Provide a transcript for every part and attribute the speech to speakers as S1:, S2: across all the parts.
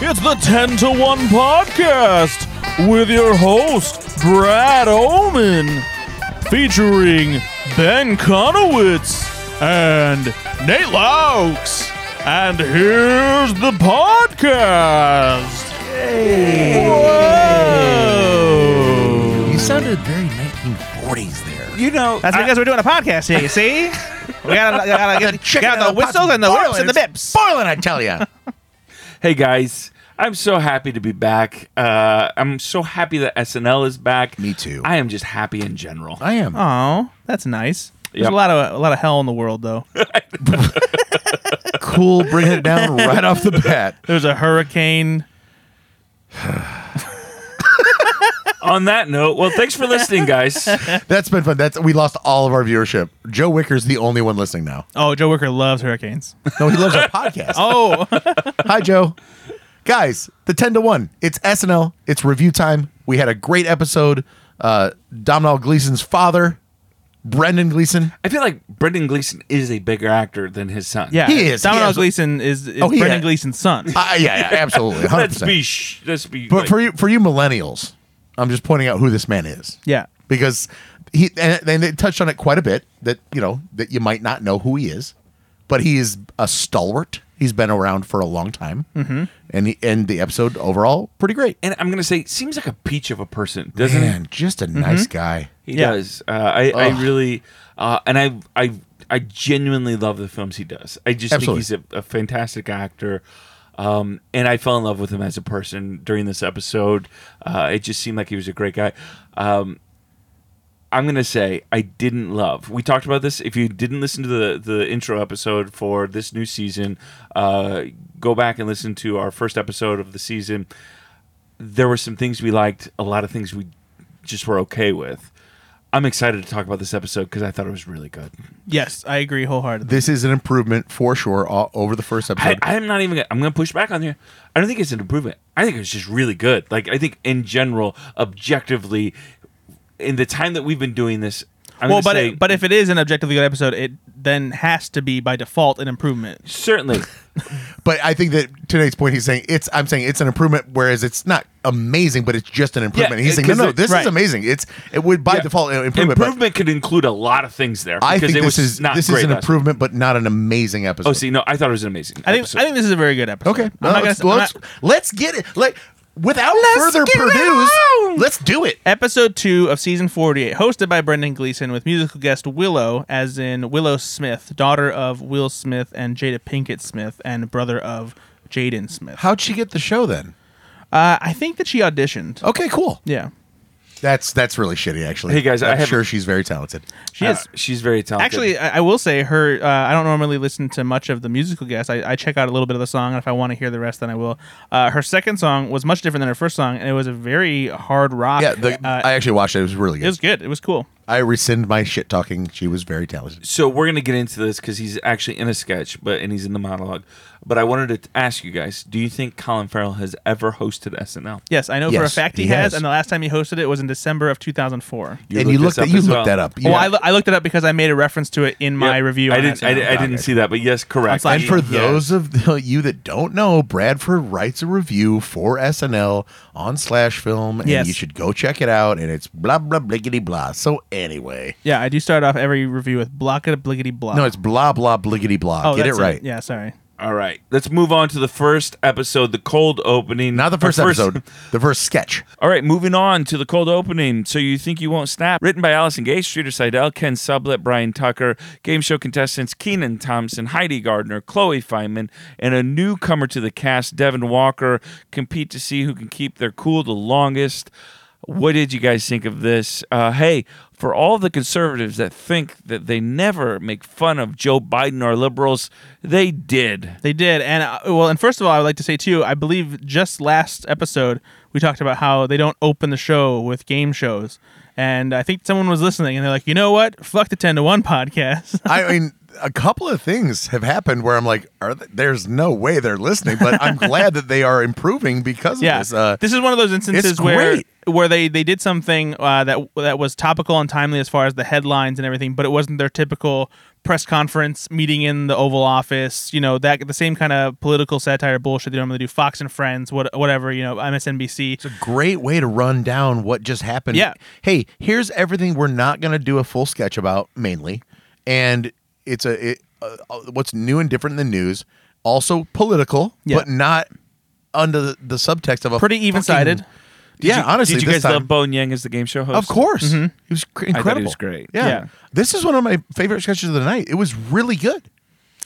S1: It's the 10 to 1 podcast with your host, Brad Oman, featuring Ben Conowitz and Nate Laux. And here's the podcast. Whoa.
S2: You sounded very 1940s there.
S1: You know,
S3: That's because we're doing a podcast here, you see? We gotta, gotta get, got the whistles and the whips and the bips.
S2: Boiling, I tell you.
S4: Hey guys, I'm so happy to be back. Uh, I'm so happy that SNL is back.
S2: Me too.
S4: I am just happy in general.
S2: I am.
S3: Oh, that's nice. There's
S4: Yep.
S3: a lot of a lot of hell in the world, though.
S2: cool. Bringing it down right off the bat.
S3: There's a hurricane.
S4: On that note, well, thanks for listening, guys.
S2: That's been fun. That's we lost all of our viewership. Joe Wicker's the only one listening now.
S3: Oh, Joe Wicker loves hurricanes.
S2: No, he loves our podcast.
S3: Oh,
S2: Hi, Joe. Guys, the 10 to 1. It's SNL. It's review time. We had a great episode. Uh, Domhnall Gleason's father, Brendan Gleason.
S4: I feel like Brendan Gleeson is a bigger actor than his son.
S3: yeah.
S2: He is, he
S3: Domino
S2: is.
S3: Gleason is, is
S2: Oh, he
S3: Brendan
S2: is.
S3: Gleason's son.
S2: Uh, yeah, yeah, absolutely. 100%.
S4: Let's be. Sh- let's be.
S2: But
S4: like-
S2: for you, for you millennials, I'm just pointing out who this man is.
S3: Yeah.
S2: because he and, and they touched on it quite a bit that you know that you might not know who he is, but he is a stalwart. He's been around for a long time, mm-hmm. and he, and the episode overall pretty great.
S4: and I'm gonna say, seems like a peach of a person, doesn't
S2: Man, just a nice guy.
S4: he? He
S3: Yeah.
S4: does. Uh, I, I really, uh, and I, I, I genuinely love the films he does. I just
S2: Absolutely.
S4: think he's a, a fantastic actor. Um, and I fell in love with him as a person during this episode. Uh, it just seemed like he was a great guy. Um, I'm gonna say I didn't love. We talked about this. If you didn't listen to the the intro episode for this new season, uh, go back and listen to our first episode of the season. There were some things we liked, a lot of things we just were okay with. I'm excited to talk about this episode because I thought it was really good.
S3: Yes, I agree wholeheartedly.
S2: This is an improvement for sure all, over the first
S4: I,
S2: episode.
S4: I'm not even. Gonna, I'm gonna push back on you. I don't think it's an improvement. I think it was just really good. Like I think in general, objectively, in the time that we've been doing this, I'm
S3: well,
S4: gonna
S3: but
S4: say,
S3: it, but if it is an objectively good episode, it then has to be by default an improvement.
S4: certainly.
S2: but I think that today's point, he's saying it's. I'm saying it's an improvement, whereas it's not amazing, but it's just an improvement. he's saying no,
S4: 'cause
S2: no,
S4: it-
S2: this
S3: right.
S2: is amazing. It's it would by
S4: Yeah.
S2: default an improvement. but
S4: Improvement could include a lot of things there.
S2: I
S4: because
S2: think
S4: it
S2: this
S4: was
S2: is
S4: not
S2: this
S4: great
S2: is an
S4: last week.
S2: improvement, but not an amazing episode.
S4: Oh, see, no, I thought it was an amazing.
S3: I think
S4: episode.
S3: I think this is a very good episode.
S2: Okay.
S3: I'm
S2: No,
S3: not gonna,
S2: let's,
S3: I'm not-
S2: let's, let's get it. Like without further
S3: get it
S2: purdues,
S3: on.
S2: let's do it.
S3: Episode 2 of season 48, hosted by Brendan Gleeson with musical guest Willow, as in Willow Smith, daughter of Will Smith and Jada Pinkett Smith, and brother of Jaden Smith.
S2: How'd she get the show then?
S3: Uh, I think that she auditioned.
S2: Okay, cool.
S3: Yeah.
S2: That's that's really shitty, actually.
S4: Hey, guys,
S2: I'm
S4: I have-
S2: sure she's very talented.
S3: She
S4: Uh,
S3: is.
S4: she's very talented.
S3: Actually, I, I will say her. Uh, I don't normally listen to much of the musical guest. I, I check out a little bit of the song, and if I want to hear the rest, then I will. Uh, her second song was much different than her first song, and it was a very hard rock.
S2: Yeah, the,
S3: uh,
S2: I actually watched it. It was really
S3: it
S2: good.
S3: was good. It was cool.
S2: I rescind my shit talking. She was very talented.
S4: so we're gonna get into this because he's actually in a sketch, but and he's in the monologue. But I wanted to ask you guys: Do you think Colin Farrell has ever hosted SNL?
S3: Yes, I know for a
S2: Yes,
S3: fact he,
S2: he
S3: has,
S2: has.
S3: and the last time he hosted it was in December of 2004.
S2: and you looked
S4: looked this
S2: that
S4: up
S2: you
S4: as
S2: looked
S4: well.
S2: that up. You-
S3: Well, Oh, I, loo- I looked it up because I made a reference to it in my
S4: Yep.
S3: review.
S4: I
S3: on
S4: didn't. I,
S3: SNL.
S4: di- I didn't see that, but yes, correct.
S3: slide
S2: and for
S3: Yeah.
S2: those of you that don't know, Bradford writes a review for SNL on Slash Film, and
S3: Yes.
S2: you should go check it out. And it's blah blah bliggity blah. So anyway,
S3: Yeah, I do start off every review with block it, bliggity block.
S2: no, it's blah blah bliggity blah.
S3: oh,
S2: Get it
S3: that's
S2: right.
S3: Yeah, sorry.
S4: all right, let's move on to the first episode, the cold opening.
S2: Not the
S4: Our
S2: first episode, the first sketch.
S4: All right, moving on to the cold opening. So you think you won't snap? Written by Allison Gay, Streeter Seidel, Ken Sublett, Brian Tucker, game show contestants Keenan Thompson, Heidi Gardner, Chloe Feynman, and a newcomer to the cast, Devin Walker, compete to see who can keep their cool the longest. What did you guys think of this? Uh, hey, for all the conservatives that think that they never make fun of Joe Biden or liberals, they did.
S3: They did, and uh, well, and first of all, I would like to say too. I believe just last episode we talked about how they don't open the show with game shows, and I think someone was listening, and they're like, you know what? Fuck the ten to one podcast.
S2: I mean, a couple of things have happened where I'm like, are th- there's no way they're listening, but I'm glad that they are improving because of
S3: yeah,
S2: this. Uh,
S3: this is one of those instances
S2: it's
S3: where
S2: great.
S3: where they they did something uh, that that was topical and timely as far as the headlines and everything, but it wasn't their typical press conference meeting in the Oval Office. You know that the same kind of political satire bullshit they normally do. Fox and Friends, what whatever. You know MSNBC.
S2: It's a great way to run down what just happened.
S3: Yeah.
S2: Hey, here's everything we're not going to do a full sketch about mainly, and it's a it, uh, uh, what's new and different in the news, also political,
S3: Yeah.
S2: but not under the, the subtext of a
S3: Pretty
S2: fucking-
S3: even-sided.
S2: Yeah,
S4: Did you-
S2: honestly,
S4: did you
S2: this
S4: guys
S2: time-
S4: love Bone Yang as the game show host?
S2: Of course, he was cr-
S4: he
S2: incredible.
S4: was great.
S2: Yeah.
S3: Yeah.
S2: this is one of my favorite sketches of the night. It was really good.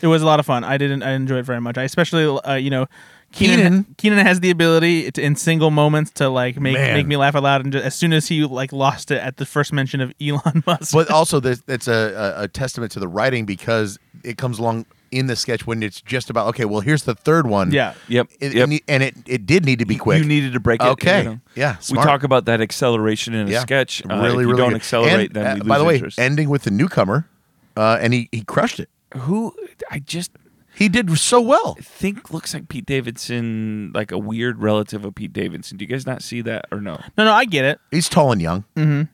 S3: It was a lot of fun. I didn't. I enjoyed it very much. I especially, uh, you know, Keenan.
S2: Keenan.
S3: Keenan has the ability to, in single moments to like make
S2: Man.
S3: make me laugh out loud. And just, as soon as he like lost it at the first mention of Elon Musk,
S2: but also there's, that's a, a, a testament to the writing because it comes along in the sketch when it's just about okay well here's the third one
S3: Yeah.
S4: Yep.
S2: it,
S4: Yep.
S2: it- and it, it did need to be quick
S4: You needed to break it.
S2: Okay.
S4: you know.
S2: Yeah,
S4: We
S2: smart.
S4: talk about that acceleration in a sketch. Uh, if you don't
S2: good. And,
S4: accelerate, then
S2: uh,
S4: we lose
S2: by the way
S4: interest.
S2: ending with the newcomer uh, and he, he crushed it
S4: who I just
S2: he did so well
S4: think looks like Pete Davidson, like a weird relative of Pete Davidson. Do you guys not see that or no?
S3: no, no, I get it.
S2: he's tall and young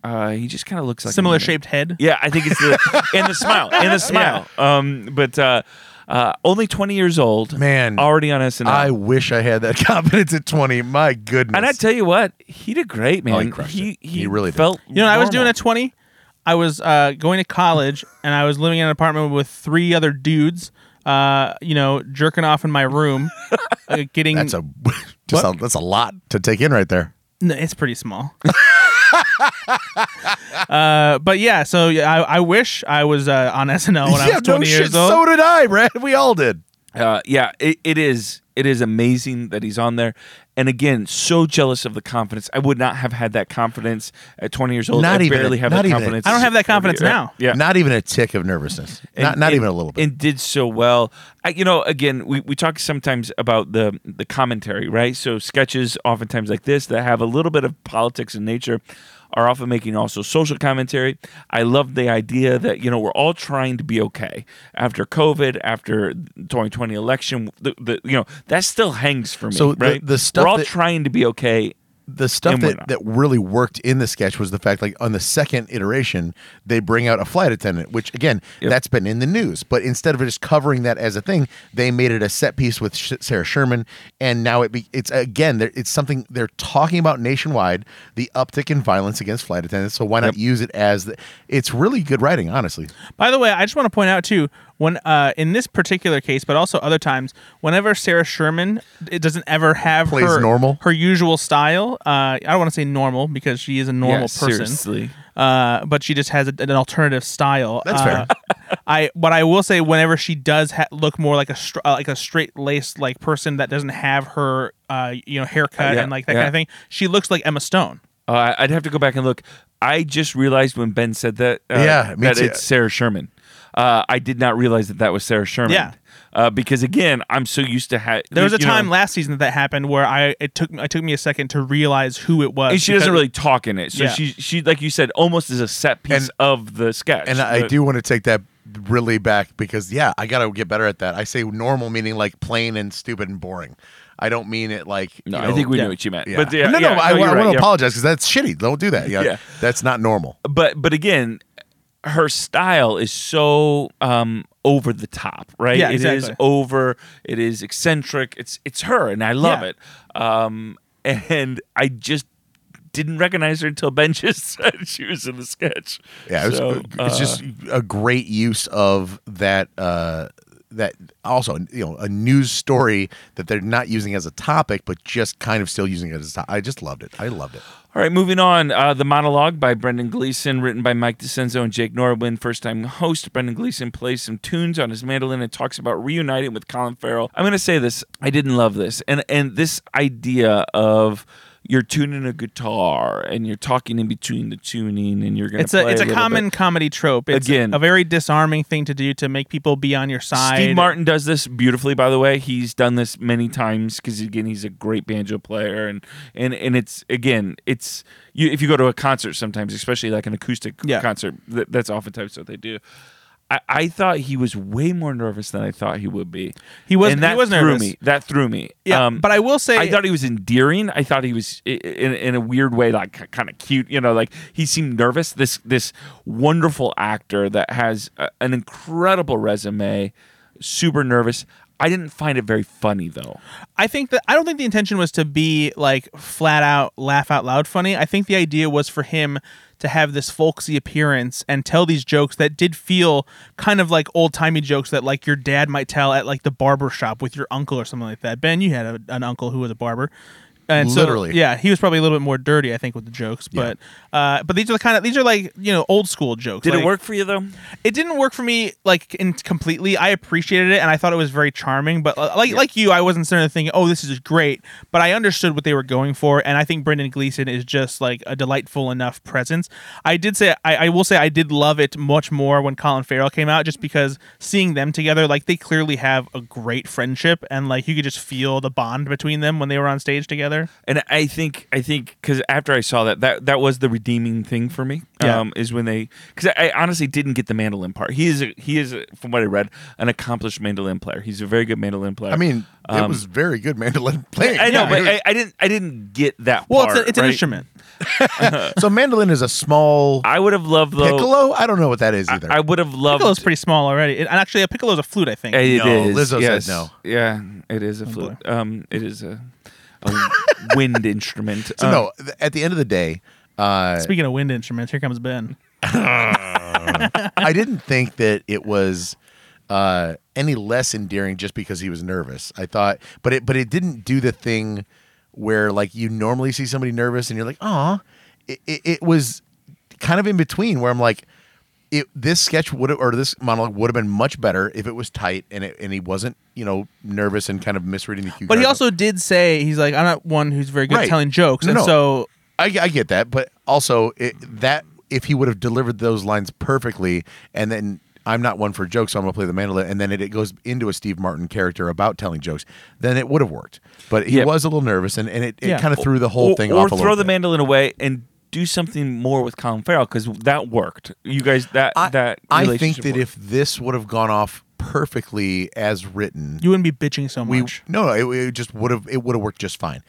S4: Uh, he just kind of looks like a
S3: Similar
S4: maniac.
S3: shaped head.
S4: Yeah, I think it's the and the smile and the smile. Um, but uh, uh, only twenty years old,
S2: Man.
S4: already on SNL.
S2: i wish i had that confidence at 20 my goodness
S4: and I tell you what, he did great, man.
S2: Oh, he crushed it. He really did.
S4: felt.
S3: You know, what I was doing
S4: normal.
S3: at 20. I was uh, going to college and I was living in an apartment with three other dudes. Uh, you know, jerking off in my room, uh, getting
S2: that's a just a, that's a lot to take in right there
S3: No, it's pretty small. uh, but yeah, so yeah, I, I wish I was uh, on SNL when I
S2: yeah
S3: was 20
S2: no
S3: years
S2: shit
S3: old.
S2: so did i brad we all did
S4: Uh, yeah, it, it is. It is amazing that he's on there. And again, so jealous of the confidence. I would not have had that confidence at 20 years old.
S2: Not
S4: I
S2: even-
S4: barely have
S2: not
S4: that
S2: even-
S4: confidence.
S3: I don't have that confidence
S4: Yeah.
S3: now.
S4: Yeah.
S2: Not even a tick of nervousness.
S4: And-
S2: not not
S4: and-
S2: even a little bit.
S4: And did so well. I, you know, again, we, we talk sometimes about the the commentary, right? So sketches, oftentimes like this, that have a little bit of politics in nature, are often making also social commentary. I love the idea that you know we're all trying to be okay after COVID, after 2020 election. The, the you know that still hangs for me.
S2: So the-
S4: right,
S2: the stuff
S4: we're all
S2: that-
S4: trying to be okay.
S2: the stuff
S4: And we're
S2: that,
S4: not.
S2: that really worked in the sketch was the fact like on the second iteration they bring out a flight attendant which again
S4: Yep.
S2: that's been in the news but instead of just covering that as a thing they made it a set piece with Sh- sarah sherman and now it be, it's again there- it's something they're talking about nationwide the uptick in violence against flight attendants so why not use it as the, it's really good writing honestly
S3: By the way, I just want to point out too, when uh, in this particular case, but also other times, whenever Sarah Sherman it doesn't ever have
S2: Plays
S3: her
S2: normal?
S3: her usual style. Uh, I don't want to say normal because she is a normal
S4: Yeah,
S3: person.
S4: seriously.
S3: uh, but she just has a, an alternative style.
S2: That's
S3: Uh, I but I will say whenever she does ha- look more like a str- uh, like a straight laced like person that doesn't have her uh, you know haircut
S4: Yeah,
S3: and like that
S4: yeah.
S3: kind of thing, she looks like Emma Stone.
S4: Uh, I- I'd have to go back and look. I just realized when Ben said that. Uh,
S2: Yeah, me
S4: that
S2: too.
S4: it's Sarah Sherman. Uh, I did not realize that that was Sarah Sherman.
S3: Yeah.
S4: Uh, because again, I'm so used to ha-
S3: There was a
S4: you know,
S3: time last season that that happened where I it took it took me a second to realize who it was.
S4: and she
S3: because-
S4: doesn't really talk in it. So
S3: Yeah.
S4: she she like you said almost is a set piece
S2: And-
S4: of the sketch.
S2: and I
S4: The-
S2: do want to take that really back because yeah, I gotta get better at that. I say normal meaning like plain and stupid and boring. I don't mean it like you
S4: No, I
S2: know,
S4: think we
S3: yeah.
S4: knew what you meant.
S2: yeah.
S4: But yeah,
S2: no, no,
S4: yeah,
S2: I,
S4: you're
S2: want
S4: right,
S2: to
S4: yeah.
S2: apologize because that's shitty. Don't do that. Yeah,
S4: Yeah.
S2: that's not normal.
S4: but but again her style is so um over the top right
S3: Yeah,
S4: It is
S3: exactly.
S4: over it is eccentric it's it's her and i love
S3: Yeah.
S4: it um and i just didn't recognize her until ben just said she was in the sketch
S2: Yeah, it was,
S4: So,
S2: it's
S4: uh,
S2: just a great use of that. Uh, that also, you know, a news story that they're not using as a topic, but just kind of still using it as. a to- I just loved it. I loved it.
S4: All right, moving on. Uh, the monologue by Brendan Gleeson, written by Mike DiCenzo and Jake Norwin, first time host. Brendan Gleeson plays some tunes on his mandolin and talks about reuniting with Colin Farrell. I'm going to say this I didn't love this. And, and this idea of you're tuning a guitar and you're talking in between the tuning and you're going to
S3: It's a it's a common comedy trope. It's
S4: Again.
S3: a very disarming thing to do to make people be on your side.
S4: Steve Martin does this beautifully, by the way. He's done this many times because again, he's a great banjo player, and and and it's again, it's you if you go to a concert sometimes, especially like an acoustic
S3: Yeah.
S4: concert, th- that's oftentimes what they do. I, I thought he was way more nervous than I thought he would be.
S3: He was-
S4: And
S3: he
S4: that
S3: was
S4: threw
S3: nervous.
S4: me. That threw me. Um,
S3: Yeah, but I will say-
S4: I thought he was endearing. I thought he was i- i- in, in a weird way, like kind of cute. You know, like he seemed nervous. This this wonderful actor that has a, an incredible resume, super nervous. I didn't find it very funny though.
S3: I think that I don't think the intention was to be like flat out laugh out loud funny. I think the idea was for him to have this folksy appearance and tell these jokes that did feel kind of like old timey jokes that like your dad might tell at like the barber shop with your uncle or something like that. Ben, you had a, an uncle who was a barber. And so-
S2: Literally.
S3: yeah, he was probably a little bit more dirty, I think, with the jokes. But uh, but these are the kind of these are like you know old school jokes.
S4: Did
S3: like-
S4: it work for you though?
S3: it didn't work for me like in completely. I appreciated it and I thought it was very charming, but uh, like like you, I wasn't sitting there thinking, "Oh, this is great." But I understood what they were going for, and I think Brendan Gleeson is just like a delightful enough presence. I did say I, I will say I did love it much more when Colin Farrell came out, just because seeing them together, like they clearly have a great friendship, and like you could just feel the bond between them when they were on stage together.
S4: And I think I think because after I saw that, that that was the redeeming thing for me.
S3: Yeah.
S4: Um, is when they because I, I honestly didn't get the mandolin part. He is a, he is a, from what I read an accomplished mandolin player. He's a very good mandolin player.
S2: I mean, it
S4: Um,
S2: was very good mandolin playing.
S4: I know,
S2: Yeah.
S4: but I, I didn't I didn't get that.
S3: Well, it's,
S4: part,
S3: a, it's an
S4: right?
S3: instrument.
S2: so mandolin is a small
S4: uh, I would have loved though.
S2: piccolo. I don't know what that is either.
S4: I would have loved.
S3: Piccolo's pretty small already, It- and actually, a piccolo's a flute, I think.
S4: It
S2: No,
S4: is,
S2: Lizzo said
S4: yes.
S2: no.
S4: Yeah, it is a
S3: Oh,
S4: flute. Um, it is a, a wind instrument.
S2: so
S4: Um,
S2: no, th- at the end of the day, uh,
S3: Speaking of wind instruments, here comes Ben.
S2: I didn't think that it was uh, any less endearing just because he was nervous. I thought, but it but it didn't do the thing where like you normally see somebody nervous and you're like, ah. It, it, it was kind of in between where I'm like, it this sketch would have or this monologue would have been much better if it was tight and it, and he wasn't you know nervous and kind of misreading the cue.
S3: But he
S2: card.
S3: also did say he's like, I'm not one who's very good at
S2: Right.
S3: telling jokes,
S2: No,
S3: and
S2: no.
S3: so
S2: I, I get that, but also it, that if he would have delivered those lines perfectly, and then I'm not one for jokes, so I'm gonna play the mandolin, and then it, it goes into a Steve Martin character about telling jokes, then it would have worked. But he
S4: Yeah.
S2: was a little nervous, and, and it, it
S3: Yeah.
S2: kind of threw the whole
S4: or,
S2: thing off
S4: or
S2: a
S4: throw
S2: little
S4: the
S2: bit.
S4: mandolin away and do something more with Colin Farrell because that worked. You guys, that
S2: I,
S4: that
S2: I think
S4: relationship
S2: that
S4: worked.
S2: if this would have gone off perfectly as written,
S3: you wouldn't be bitching so
S2: we
S3: much.
S2: no, no, it, it just would have it would have worked just fine.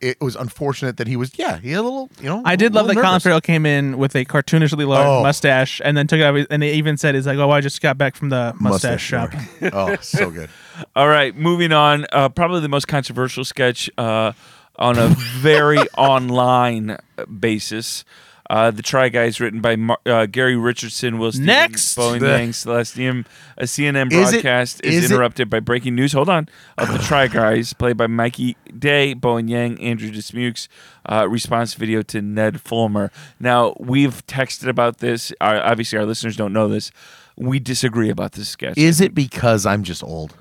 S2: It was unfortunate that he was yeah he had a little you know
S3: I did love that
S2: little
S3: Colin
S2: nervous.
S3: Farrell came in with a cartoonishly large
S2: Oh.
S3: mustache and then took it out, and they even said, he's like, oh, I just got back from the mustache, shop.
S2: war. oh, so good.
S4: All right, moving on. Uh, probably the most controversial sketch uh, on a very online basis. Uh, the Try Guys, written by Mar- uh, Gary Richardson, Will Stevens,
S3: Next!
S4: Boeing
S2: The-
S4: Yang, Celestium. A CNN
S2: Is it-
S4: broadcast is
S2: is it-
S4: interrupted by breaking news. Hold on. Of the Try Guys, played by Mikey Day, Bowen Yang, Andrew Dismukes, uh, response video to Ned Fulmer. Now, we've texted about this. Our, obviously, our listeners don't know this. We disagree about this sketch.
S2: Is it because I'm just old?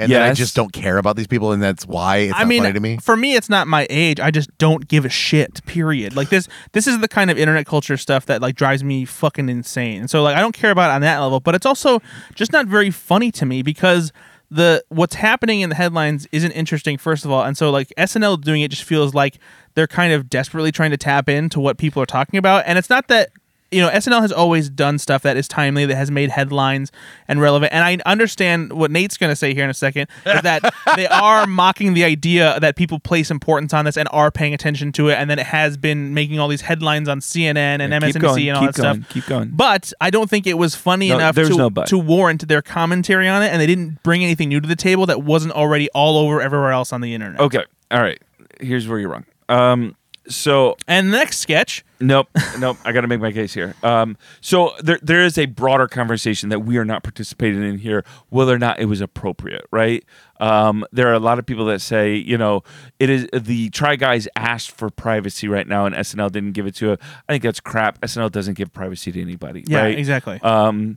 S2: And then I
S4: Yes.
S2: just don't care about these people, and that's why it's
S3: I
S2: not
S3: mean,
S2: funny to me.
S3: for me, it's not my age. I just don't give a shit. Period. Like this, this is the kind of internet culture stuff that like drives me fucking insane. And so like I don't care about it on that level, but it's also just not very funny to me because the what's happening in the headlines isn't interesting first of all, and so like SNL doing it just feels like they're kind of desperately trying to tap into what people are talking about, and it's not that you know, SNL has always done stuff that is timely, that has made headlines and relevant. And I understand what Nate's going to say here in a second is that they are mocking the idea that people place importance on this and are paying attention to it, and that it has been making all these headlines on CNN and
S4: Yeah,
S3: MSNBC
S4: keep going,
S3: and all
S4: keep
S3: that
S4: going,
S3: stuff.
S4: keep going.
S3: But I don't think it was funny
S4: No,
S3: enough
S4: there's
S3: to,
S4: no but.
S3: to warrant their commentary on it, and they didn't bring anything new to the table that wasn't already all over everywhere else on the internet.
S4: Okay. All right. Here's where you're wrong. Um, so
S3: And the next sketch.
S4: nope, nope. I got to make my case here. Um, so there, there is a broader conversation that we are not participating in here, whether or not it was appropriate, right? Um, there are a lot of people that say, you know, it is the Try Guys asked for privacy right now, and SNL didn't give it to. it. I think that's crap. SNL doesn't give privacy to anybody.
S3: Yeah,
S4: right?
S3: exactly.
S4: Um,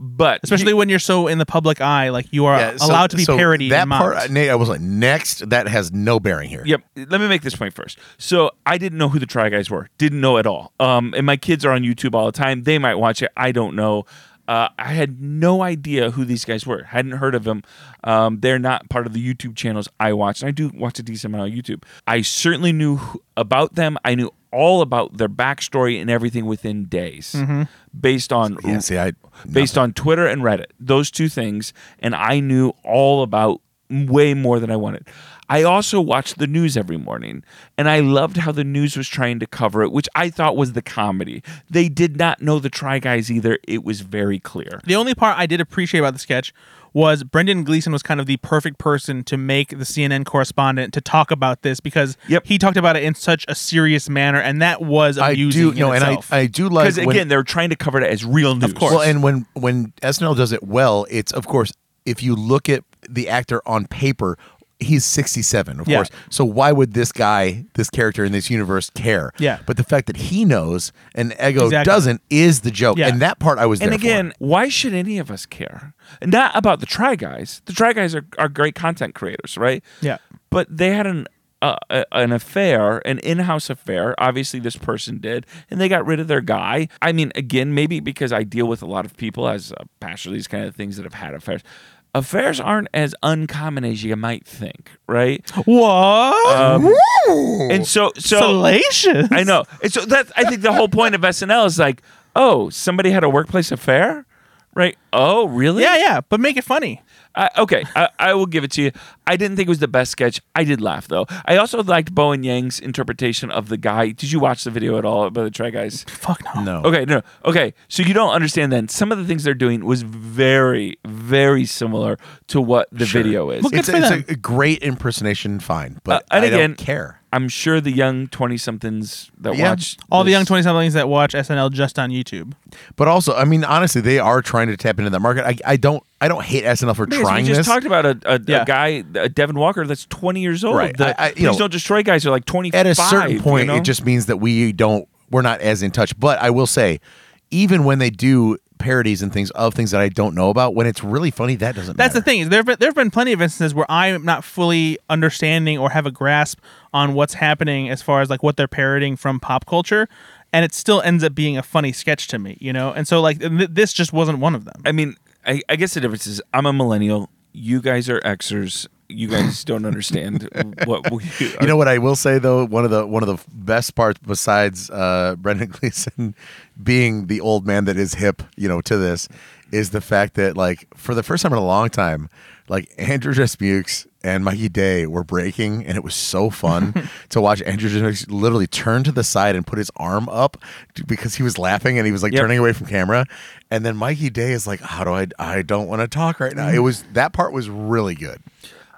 S4: but
S3: Especially when you're so in the public eye, like you are
S2: Yeah, so-
S3: uh, allowed to be
S2: so
S3: parodied.
S2: That
S3: and mocked.
S2: part, Nate, I was like, next, that has no bearing here.
S4: Yep. Let me make this point first. So I didn't know who the Try Guys were. Didn't know at all. Um, and my kids are on YouTube all the time. They might watch it. I don't know. Uh, I had no idea who these guys were. Hadn't heard of them. Um, they're not part of the YouTube channels I watch. And I do watch a decent amount of YouTube. I certainly knew who- about them. I knew all about their backstory and everything within days, based on
S2: Mm-hmm. Yeah, see, I
S4: based on Twitter and Reddit. Those two things, and I knew all about way more than I wanted. I also watched the news every morning, and I loved how the news was trying to cover it, which I thought was the comedy. They did not know the Try Guys either. It was very clear.
S3: The only part I did appreciate about the sketch was Brendan Gleeson was kind of the perfect person to make the CNN correspondent to talk about this because
S4: Yep.
S3: he talked about it in such a serious manner, and that was
S2: I
S3: amusing.
S2: do
S3: in
S2: no, and I
S3: itself.
S2: I do like
S4: Because
S2: when-
S4: again, they're trying to cover it as real news. Of
S3: course.
S2: Well, and when when SNL does it well, it's of course if you look at the actor on paper, he's 67, of
S3: Yeah.
S2: course. So why would this guy, this character in this universe care?
S3: Yeah.
S2: But the fact that he knows and Ego
S3: Exactly.
S2: doesn't is the joke.
S3: Yeah.
S2: And that part I was
S4: And
S2: there for.
S4: again, why should any of us care? Not about the Try Guys. The Try Guys are, are great content creators, right?
S3: Yeah.
S4: But they had an uh, a- an affair, an in-house affair. Obviously, this person did, and they got rid of their guy. I mean, again, maybe because I deal with a lot of people as a pastor, these kind of things that have had affairs. Affairs aren't as uncommon as you might think, right?
S3: Oh. what
S4: And so, so
S3: salacious?
S4: I know. And so that I think the whole point of SNL is like, oh, somebody had a workplace affair, right? Oh, really?
S3: Yeah, yeah, but make it funny.
S4: I, okay, I, I will give it to you. I didn't think it was the best sketch. I did laugh though. I also liked Bowen Yang's interpretation of the guy. Did you watch the video at all about the Try Guys?
S3: Fuck no.
S2: no.
S4: Okay, no. Okay, so you don't understand then. Some of the things they're doing was very, very similar to what the video is.
S3: Well, good
S2: It's,
S3: for
S2: it's
S3: them.
S2: a great impersonation, fine, but
S4: Uh, and
S2: I
S4: again-
S2: don't care.
S4: I'm sure the young 20 somethings that
S2: Yeah.
S4: watch.
S3: All the
S4: this-
S3: young 20 somethings that watch SNL just on YouTube.
S2: But also, I mean, honestly, they are trying to tap into that market. I, I don't I don't hate SNL for
S4: Because
S2: trying
S4: we just
S2: this.
S4: talked about a, a,
S3: Yeah.
S4: a guy, a Devin Walker, that's 20 years old.
S2: Right.
S4: The
S2: I- I- you
S4: Please
S2: know,
S4: Don't Destroy guys are like 25.
S2: at a certain
S4: you
S2: point
S4: know?
S2: it just means that we don't we're not as in touch but i will say even when they do parodies and things of things that i don't know about when it's really funny that doesn't
S3: That's the
S2: matter.
S3: thing. is There have been, there have been plenty of instances where I'm not fully understanding or have a grasp on what's happening as far as like what they're parroting from pop culture, and it still ends up being a funny sketch to me, you know. And so like th- this just wasn't one of them.
S4: I mean, I, I guess the difference is I'm a millennial. You guys are Xers. You guys don't understand what we. Are.
S2: you know what i will say though one of the one of the best parts besides uh brendan gleeson being the old man that is hip you know to this is the fact that like for the first time in a long time like andrew Jesmukes and Mikey Day were breaking, and it was so fun to watch Andrew Jesmukes literally turn to the side and put his arm up t- because he was laughing and he was like
S4: Yep.
S2: turning away from camera. And then Mikey Day is like, "How do I? I don't want to talk right now." It was that part was really good.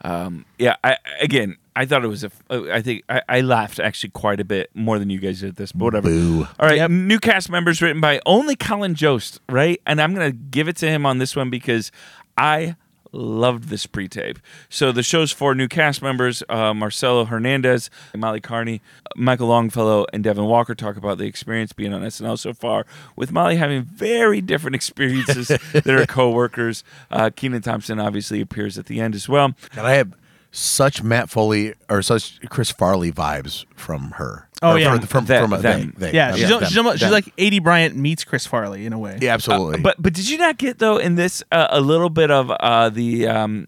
S4: Um, yeah. I again, I thought it was a. uh, I think I, I laughed actually quite a bit more than you guys did at this, but whatever.
S2: Boo.
S4: All right, new cast members written by only Colin Jost, right? And I'm gonna give it to him on this one because I loved this pre-tape. So the show's four new cast members: uh, Marcelo Hernandez, Molly Carney, Michael Longfellow, and Devin Walker talk about the experience being on SNL so far, with Molly having very different experiences than her coworkers. Uh, Keenan Thompson obviously appears at the end as well.
S2: And I have such Matt Foley or such Chris Farley vibes from her.
S3: Oh,
S2: Or
S3: yeah.
S2: from from,
S4: Them,
S2: from a
S4: them.
S2: they- they,
S3: yeah,
S2: uh,
S3: she's,
S2: them,
S3: al- she's, almo- she's
S2: them.
S3: like AD Bryant meets Chris Farley in a way.
S2: yeah,
S3: Uh,
S2: absolutely.
S4: But but did you not get though in this uh, a little bit of uh, the um,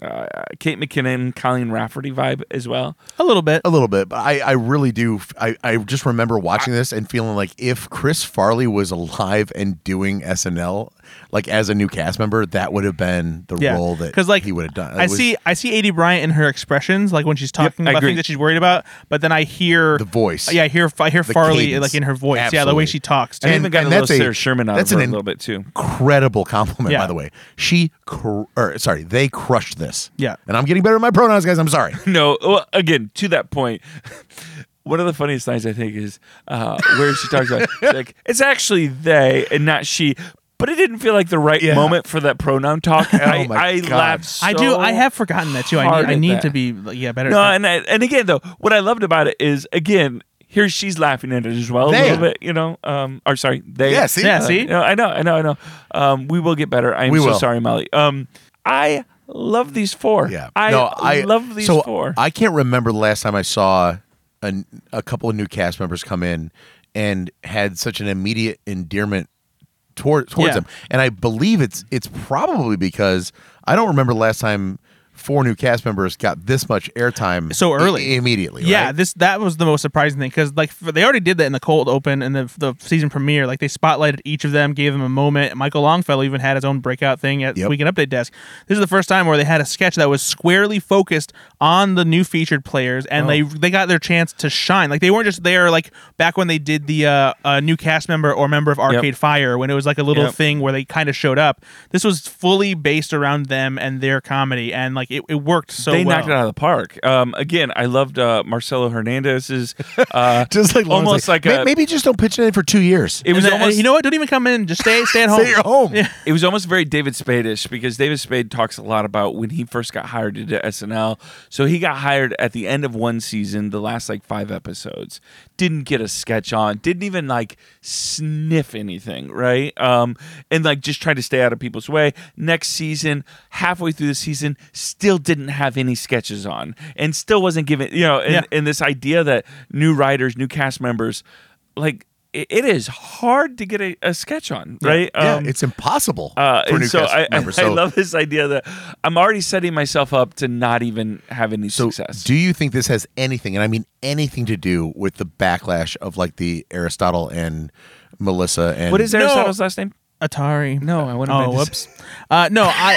S4: uh, Kate McKinnon, Colleen Rafferty vibe as well?
S3: a little bit.
S2: a little bit, but I, I really do. f- I, I just remember watching this and feeling like if Chris Farley was alive and doing SNL, like as a new cast member, that would have been the
S3: Yeah,
S2: role that
S3: 'cause, like,
S2: he would have done. It
S3: I
S2: was
S3: see I see AD Bryant in her expressions, like when she's talking
S4: I
S3: about
S4: agree.
S3: things that she's worried about, but then I hear
S2: the voice.
S3: Yeah, I hear I hear
S2: The
S3: Farley
S2: cadence.
S3: like in her voice. Yeah, the way
S2: Absolutely.
S3: she talks.
S4: I
S3: too.
S2: And-
S4: even got a little
S2: that's a-
S4: Sarah Sherman out of
S2: that's
S4: her
S2: an
S4: a
S2: in-
S4: little bit too.
S2: Incredible compliment,
S3: Yeah.
S2: by the way. She, cr- or sorry, they crushed this.
S3: Yeah.
S2: and I'm getting better at my pronouns, guys. I'm sorry.
S4: No, well, again to that point. One of the funniest lines I think is uh, where she talks about she's like it's actually they and not she, but it didn't feel like the right
S2: Yeah. Oh
S4: moment for that pronoun talk. And I,
S2: my
S4: I
S2: God.
S4: laughed. So
S3: I do. I have forgotten that too. I
S4: hard
S3: need, I
S4: at
S3: need
S4: that.
S3: to be like, yeah better.
S4: No, and I, and again though, what I loved about it is again here she's laughing at it as well
S2: They.
S4: a little bit, you know. Um, or sorry, they.
S2: Yeah, see?
S3: Yeah,
S4: Uh,
S3: see?
S4: you know, I know, I know, I know. Um, we will get better. I'm
S2: We
S4: so
S2: will.
S4: sorry, Molly. Um, I love these four.
S2: Yeah.
S4: I,
S2: No,
S4: love these
S2: so
S4: four.
S2: I can't remember the last time I saw a, a couple of new cast members come in and had such an immediate endearment toward, towards
S3: Yeah.
S2: him. And I believe it's it's probably because I don't remember the last time four new cast members got this much airtime
S3: So
S2: i-
S3: early.
S2: immediately.
S3: Yeah,
S2: right?
S3: this that was the most surprising thing because like f they already did that in the cold open and the the season premiere. Like they spotlighted each of them, gave them a moment. Michael Longfellow even had his own breakout thing at
S2: Yep.
S3: Weekend Update desk. This is the first time where they had a sketch that was squarely focused on the new featured players, and
S4: Oh.
S3: they they got their chance to shine. Like they weren't just there like back when they did the uh, uh, new cast member or member of Arcade Fire when it was like a little
S4: Yep.
S3: thing where they kind of showed up. This was fully based around them and their comedy, and like it, it worked so
S4: they
S3: well.
S4: knocked it out of the park. Um, again, I loved uh, Marcelo Hernandez's. Uh,
S2: just like Lauren's
S4: almost like
S2: "May-
S4: a-
S2: maybe just don't pitch it in for two years.
S4: it was
S3: And then- uh,
S4: almost
S3: you know what? Don't even come in. Just stay stay at home.
S2: Stay at home.
S3: Yeah.
S4: it was almost very David Spade-ish because David Spade talks a lot about when he first got hired into SNL. So he got hired at the end of one season, the last like five episodes. Didn't get a sketch on, didn't even like sniff anything, right? Um, and like just tried to stay out of people's way. Next season, halfway through the season, still didn't have any sketches on and still wasn't given, you know, and,
S3: Yeah.
S4: and this idea that new writers, new cast members, like, it it is hard to get a, a sketch on, right?
S2: yeah,
S4: Um,
S2: it's impossible
S4: uh,
S2: for
S4: and
S2: new
S4: so
S2: cast
S4: I, I,
S2: members.
S4: I
S2: So-
S4: love this idea that I'm already setting myself up to not even have any
S2: So,
S4: success.
S2: do you think this has anything, and I mean anything, to do with the backlash of like the Aristotle and Melissa and
S4: what is
S3: No.
S4: Aristotle's last name?
S3: Atari.
S4: No, I wouldn't
S3: Oh,
S4: mind to
S3: whoops. Uh, no, I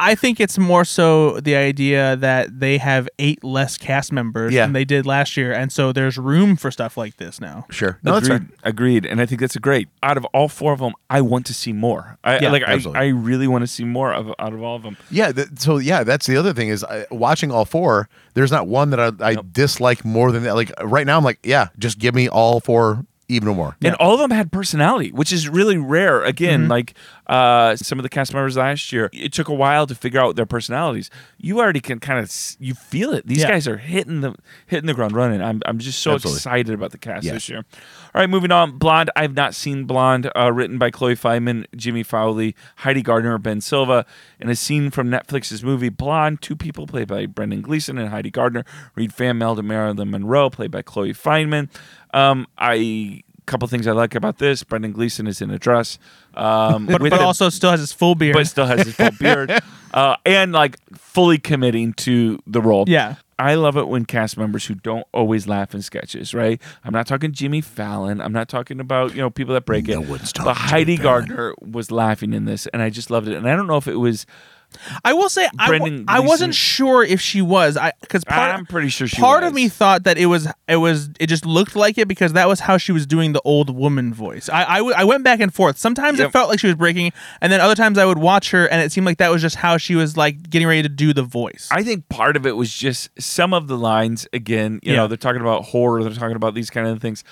S3: I think it's more so the idea that they have eight less cast members
S2: Yeah.
S3: than they did last year, and so there's room for stuff like this now.
S2: Sure, no, that's
S4: agreed,
S2: fine.
S4: agreed, and I think that's a great. Out of all four of them, I want to see more. I
S3: Yeah,
S4: like. I,
S2: absolutely.
S4: I really want to see more of out of all of them.
S2: Yeah, th- so yeah, that's the other thing is I, watching all four. There's not one that I, I dislike more than that. Like right now, I'm like, yeah, just give me all four, even more.
S4: And all of them had personality, which is really rare. Again, like uh, some of the cast members last year, it took a while to figure out their personalities. You already can kind of you feel it. These
S3: Yeah.
S4: guys are hitting the hitting the ground running. I'm I'm just so
S2: Absolutely.
S4: excited about the cast
S2: Yeah.
S4: this year. All right, moving on. Blonde. I've not seen Blonde. Uh, written by Chloe Feynman, Jimmy Fowley, Heidi Gardner, Ben Silva, and a scene from Netflix's movie Blonde. Two people played by Brendan Gleeson and Heidi Gardner. Reed Fanmel to Marilyn Monroe, played by Chloe Feynman. Um, I couple things I like about this. Brendan Gleeson is in a dress, um,
S3: But,
S4: with
S3: but
S4: a-
S3: also still has his full beard.
S4: but still has his full beard, uh, and like fully committing to the role.
S3: Yeah.
S4: I love it when cast members who don't always laugh in sketches. Right, I'm not talking Jimmy Fallon. I'm not talking about you know people that break
S2: No
S4: it.
S2: one's
S4: but
S2: talking Jimmy
S4: Heidi
S2: Fallon.
S4: Gardner was laughing in this, and I just loved it. And I don't know if it was.
S3: I will say I, w-
S4: Brendan
S3: I
S4: Gleeson-
S3: wasn't sure if she was. I because
S4: I'm pretty sure she
S3: part of
S4: was.
S3: me thought that it was it was it just looked like it because that was how she was doing the old woman voice. I I, w- I went back and forth. Sometimes it
S4: Yep.
S3: felt like she was breaking, and then other times I would watch her and it seemed like that was just how she was like getting ready to do the voice.
S4: I think part of it was just some of the lines. Again, you
S3: Yeah.
S4: know, they're talking about horror. They're talking about these kind of things.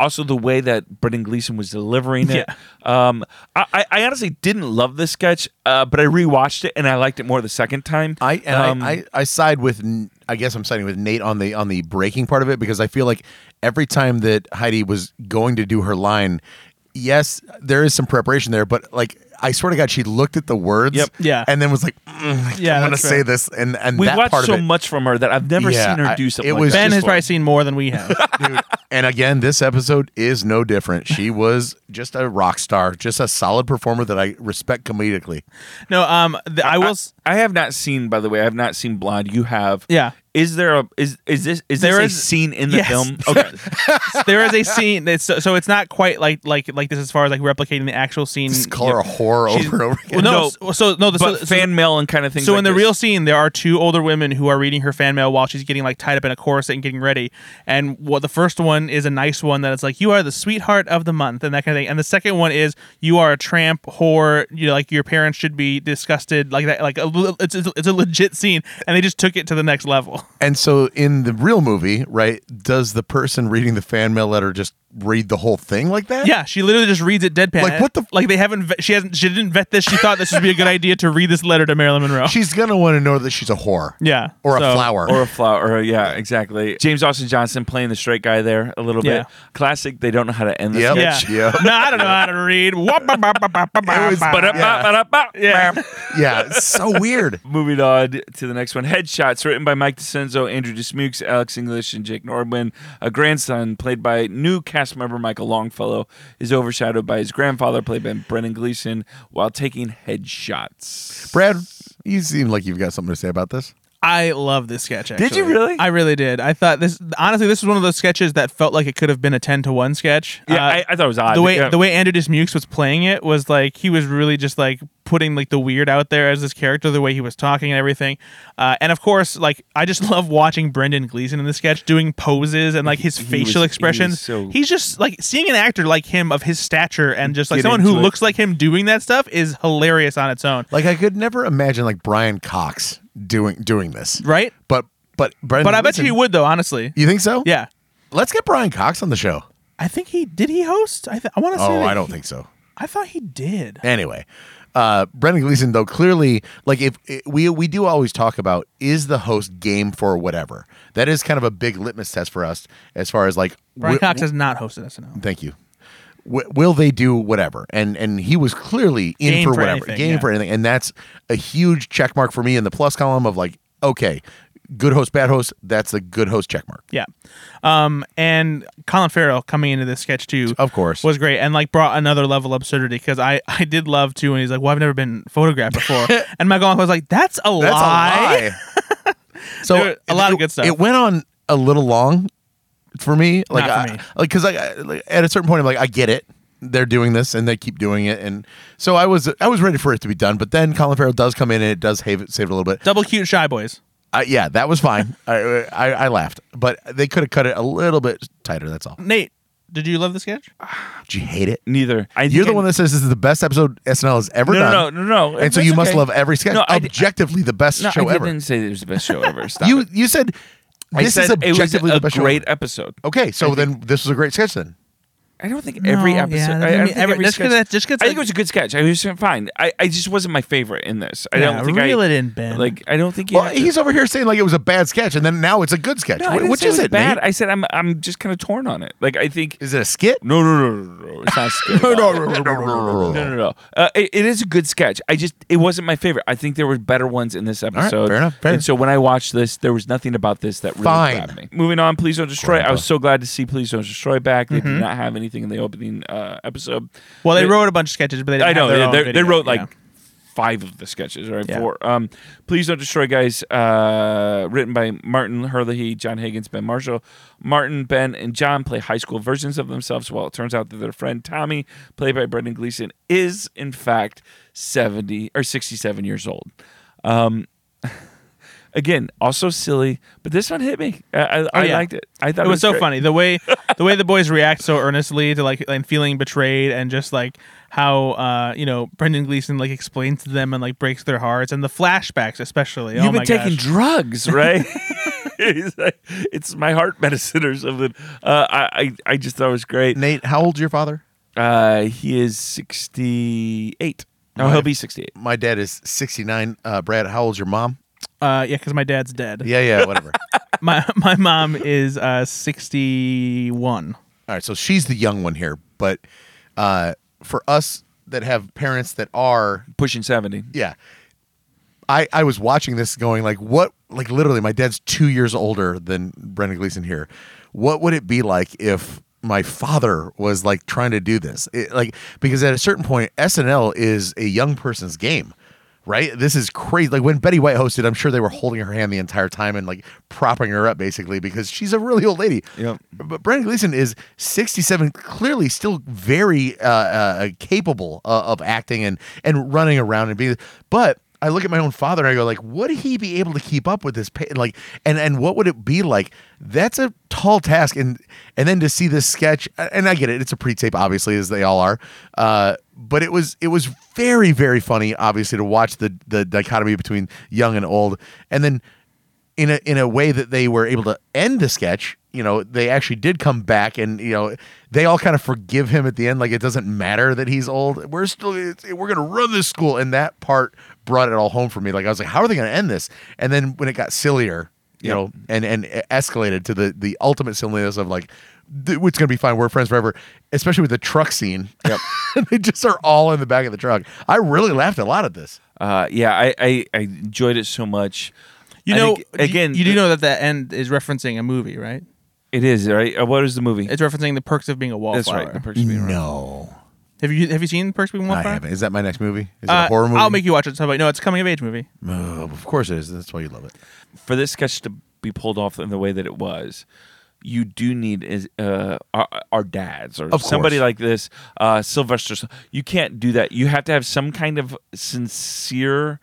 S4: Also, the way that Brendan Gleeson was delivering it. Um, I, I- I honestly didn't love this sketch, uh, but I rewatched it and I liked it more the second time.
S2: I and
S4: Um,
S2: I, I I side with N- I guess I'm siding with Nate on the on the breaking part of it because I feel like every time that Heidi was going to do her line, yes, there is some preparation there, but like I swear to God, she looked at the words,
S4: Yep.
S3: Yeah.
S2: and then was like, mm,
S3: Yeah,
S2: yeah, I'm gonna
S3: that's
S2: say
S3: right.
S2: this, and and
S4: We've
S2: that
S4: watched
S2: part
S4: so
S2: of it,
S4: much from her that I've never
S2: Yeah,
S4: seen her
S2: I-
S4: do something
S2: it
S4: like
S2: was
S4: that.
S3: ben
S2: just
S3: has
S2: like-
S3: probably seen more than we have.
S2: dude. And again, this episode is no different. She was just a rock star, just a solid performer that I respect comedically.
S3: no, um, th- I will. s-
S4: I have not seen, by the way, I have not seen Blonde. You have.
S3: Yeah.
S4: Is there a is is this is
S3: There
S4: there
S3: is-
S4: a scene in the
S3: yes.
S4: film? Okay.
S3: there is a scene. That's, so, so it's not quite like like like this as far as like replicating the actual scene.
S2: Just call her a whore
S3: She's-
S2: over and over again.
S3: Well, no,
S4: No,
S3: so, so no, the,
S4: but
S3: so,
S4: fan mail and kind of things.
S3: So
S4: like
S3: in the
S4: this.
S3: real scene, there are two older women who are reading her fan mail while she's getting like tied up in a corset and getting ready. And what the first one is a nice one that it's like you are the sweetheart of the month and that kind of thing. And the second one is you are a tramp whore. You know, like your parents should be disgusted like that. Like a, li- it's it's it's a legit scene, and they just took it to the next level.
S2: And so in the real movie, right, does the person reading the fan mail letter just read the whole thing like that?
S3: Yeah, she literally just reads it deadpan.
S2: Like, what the-
S3: Like they haven't. Ve- she hasn't. She didn't vet this. She thought this would be a good idea to read this letter to Marilyn Monroe.
S2: She's going to want to know that she's a whore.
S3: yeah,
S2: Or
S3: so-
S2: a flower.
S4: or a flower. or- Yeah, exactly. James Austin Johnson playing the straight guy there a little
S3: Yeah.
S4: bit. Classic. They don't know how to end the
S2: Yep.
S3: Yeah.
S4: sketch.
S2: Yeah.
S3: no, I don't know how to read.
S4: Ba-da-ba,
S2: Yeah.
S4: ba-da-ba.
S3: Yeah.
S2: yeah. It's so weird.
S4: Moving on to the next one. Headshots, written by Mike DeCenzo, Andrew DeSmukes, Alex English, and Jake Norman. A grandson, played by new cast member Michael Longfellow is overshadowed by his grandfather, played by Brendan Gleeson, while taking headshots.
S2: Brad, you seem like you've got something to say about this.
S3: I love this sketch. Actually.
S4: you really?
S3: I really did. I thought this. Honestly, this was one of those sketches that felt like it could have been a ten to one sketch.
S4: Yeah,
S3: Uh,
S4: I, I thought it was odd.
S3: the way
S4: Yeah.
S3: the way Andrew Dismukes was playing it was like he was really just like putting like the weird out there as this character, the way he was talking and everything. Uh, and of course, like I just love watching Brendan Gleeson in the sketch doing poses and like his
S4: he was- he
S3: facial
S4: was
S3: expressions.
S4: so-
S3: He's just like seeing an actor like him of his stature and just like
S4: Get
S3: someone who
S4: into it.
S3: looks like him doing that stuff is hilarious on its own.
S2: Like I could never imagine like Brian Cox doing doing this.
S3: Right?
S2: But but Brendan
S3: But I bet you
S2: Gleeson-
S3: he would though, honestly.
S2: You think so?
S3: Yeah.
S2: Let's get Brian Cox on the show.
S3: I think he did. He host. I th- I want to say.
S2: Oh,
S3: that
S2: I don't
S3: he-
S2: think so.
S3: I thought he did.
S2: Anyway, uh, Brendan Gleeson though clearly, like if it, we we do always talk about is the host game for whatever. That is kind of a big litmus test for us as far as like
S3: Brian
S2: wi-
S3: Cox has not hosted SNL.
S2: Thank you. W- will they do whatever? And and he was clearly in
S3: Game
S2: for,
S3: for
S2: whatever,
S3: anything,
S2: game
S3: yeah.
S2: for anything, and that's a huge check mark for me in the plus column of like, okay, good host, bad host. That's the good host check mark.
S3: Yeah. Um, and Colin Farrell coming into this sketch too,
S2: Of course.
S3: was great and like brought another level of absurdity because I I did love too. And he's like, "Well, I've never been photographed before," and Michael Monaco was like, "That's a
S2: That's
S3: lie."
S2: a lie. so
S3: There were a lot
S2: it-
S3: of good stuff.
S2: It went on a little long for me, like
S3: Not for
S2: I-
S3: me.
S2: like because I, I- like, at a certain point I'm like I get it. They're doing this and they keep doing it, and so I was I was ready for it to be done. But then Colin Farrell does come in and it does save it, save it a little bit.
S3: Double cute shy boys.
S2: Uh, yeah, that was fine. I, I I laughed, but they could have cut it a little bit tighter. That's all.
S3: Nate, did you love the sketch?
S2: Did you hate it?
S4: Neither. I
S2: You're the
S4: think I-
S2: one that says this is the best episode SNL has ever
S4: No, no,
S2: done.
S4: no, no, no.
S2: And so
S4: That's
S2: you must
S4: okay.
S2: love every sketch.
S4: No, I d-
S2: objectively, the best
S4: No,
S2: show
S4: I
S2: ever.
S4: didn't say it was the best show ever. Stop
S2: You
S4: it.
S2: you said
S4: I
S2: this
S4: said
S2: is objectively
S4: it was a
S2: the best
S4: great
S2: show. ever."
S4: episode.
S2: Okay, so then this was a great sketch then.
S4: I don't think every
S3: No, yeah,
S4: episode.
S3: that
S4: I, I
S3: doesn't
S4: don't
S3: mean
S4: think
S3: every-
S4: every
S3: just 'cause
S4: sketch,
S3: that- just 'cause
S4: I think
S3: I-
S4: it was a good sketch. I was fine. I, I just wasn't my favorite in this. I
S3: Yeah,
S4: don't think
S3: reel
S4: I
S3: it in, Ben.
S4: Like I don't think you
S2: Well,
S4: have to-
S2: he's over here saying like it was a bad sketch, and then now it's a good sketch.
S4: No, I
S2: Wh-
S4: didn't
S2: Which
S4: say it
S2: is
S4: was
S2: it?
S4: Bad.
S2: Nate?
S4: I said I'm I'm just kind of torn on it. Like I think
S2: Is it a skit?
S4: no no no no no. It's not a skit. no no no no. Uh, it, it is a good sketch. I just it wasn't my favorite. I think there were better ones in this
S2: right,
S4: episode.
S2: fair enough, fair
S4: And so when I watched this, there was nothing about this that really
S2: Fine.
S4: grabbed me. Moving on, please don't destroy. I was so glad to see please don't destroy back. They did not have anything in the opening uh, episode.
S3: Well, they
S4: It-
S3: wrote a bunch of sketches, but they didn't
S4: I know
S3: have their own
S4: they, they, they
S3: video,
S4: wrote like
S3: yeah.
S4: five of the sketches, right?
S3: Yeah.
S4: Four. Um, Please don't destroy, guys. Uh, written by Martin Herlihy, John Higgins, Ben Marshall. Martin, Ben, and John play high school versions of themselves. Well, it turns out that their friend Tommy, played by Brendan Gleeson, is in fact seventy or sixty-seven years old. Um, again, also silly, but this one hit me. I, I, I
S3: Oh, yeah.
S4: liked it. I thought
S3: it was so
S4: great.
S3: funny the way the way the boys react so earnestly to like and feeling betrayed and just like how uh you know Brendan Gleeson like explains to them and like breaks their hearts and the flashbacks especially.
S4: You've
S3: oh
S4: been
S3: my
S4: taking
S3: gosh.
S4: drugs, right? He's like, it's my heart medicine or something. Uh, I, I I just thought it was great.
S2: Nate, how old's your father?
S4: Uh, he is sixty eight. No, he'll be sixty eight.
S2: My dad is sixty nine. Uh, Brad, how old's your mom?
S3: uh yeah because my dad's dead.
S2: Yeah, yeah, whatever.
S3: My my mom is uh sixty one.
S2: All right, so she's the young one here, but uh, for us that have parents that are,
S4: Pushing seventy.
S2: yeah, I I was watching this going like, what? Like literally, my dad's two years older than Brendan Gleeson here. What would it be like if my father was like trying to do this? It, like because at a certain point, SNL is a young person's game. Right, this is crazy. Like when Betty White hosted, I'm sure they were holding her hand the entire time and like propping her up, basically, because she's a really old lady.
S4: Yep.
S2: But Brendan Gleeson is 67, clearly still very uh, uh, capable uh, of acting and and running around and being. But I look at my own father and I go like, would he be able to keep up with this? Pa-? Like, and and what would it be like? That's a tall task, and and then to see this sketch, and I get it, it's a pre-tape, obviously, as they all are. Uh, but it was it was very very funny, obviously, to watch the the dichotomy between young and old, and then in a in a way that they were able to end the sketch. You know, they actually did come back, and you know, they all kind of forgive him at the end. Like it doesn't matter that he's old. We're still it's- we're gonna run this school, and that part brought it all home for me. Like I was like, how are they gonna end this? And then when it got sillier, you
S4: Yep.
S2: know, and and escalated to the the ultimate silliness of like. "Th- It's gonna be fine. We're friends forever, especially with the truck scene. Yep, they just are all in the back of the truck. I really laughed a lot at this.
S4: Uh, yeah, I, I I enjoyed it so much.
S3: You
S4: I
S3: know
S4: think, again,
S3: you, you do know that that end is referencing a movie, right?
S4: It is right. Uh, What is the movie?
S3: It's referencing the perks of being a
S4: That's
S3: wallflower.
S4: right. The Perks of Being a Wallflower.
S2: No,
S3: Have you have you seen the perks of being a
S2: I
S3: wallflower?
S2: haven't. Is that my next movie? Is it
S3: Uh,
S2: a horror movie?
S3: I'll make you watch it. So no, it's a coming of age movie.
S2: Oh, of course it is. That's why you love it.
S4: For this sketch to be pulled off in the way that it was, you do need is uh, our, our dads or
S2: Of course.
S4: somebody like this, uh, Sylvester. St- You can't do that. You have to have some kind of sincere.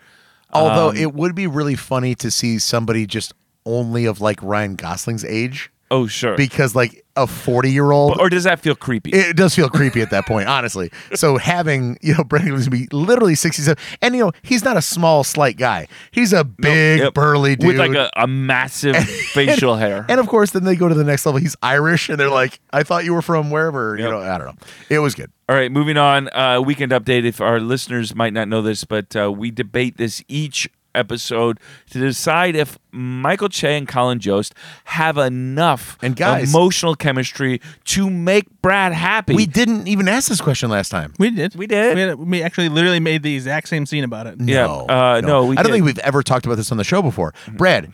S4: Um,
S2: Although it would be really funny to see somebody just only of like Ryan Gosling's age,
S4: Oh sure.
S2: because like a forty-year-old,
S4: or does that feel creepy?
S2: it does feel creepy at that point, honestly. So having you know Brandon Gleason be literally sixty-seven, and you know he's not a small, slight guy. He's a big,
S4: Yep.
S2: burly dude
S4: with like a, a massive facial hair.
S2: And of course, then they go to the next level. He's Irish, and they're like, "I thought you were from wherever." You know, I don't know. It was good.
S4: All right, moving on. Uh, weekend update. If our listeners might not know this, but uh, we debate this each episode to decide if Michael Che and Colin Jost have enough
S2: And guys-
S4: emotional chemistry to make Brad happy.
S2: We didn't even ask this question last time.
S3: We did.
S4: We did.
S3: We, had, we actually literally made the exact same scene about it.
S4: Yeah,
S2: No,
S4: uh, no, we
S2: I don't
S4: did.
S2: think we've ever talked about this on the show before. Brad,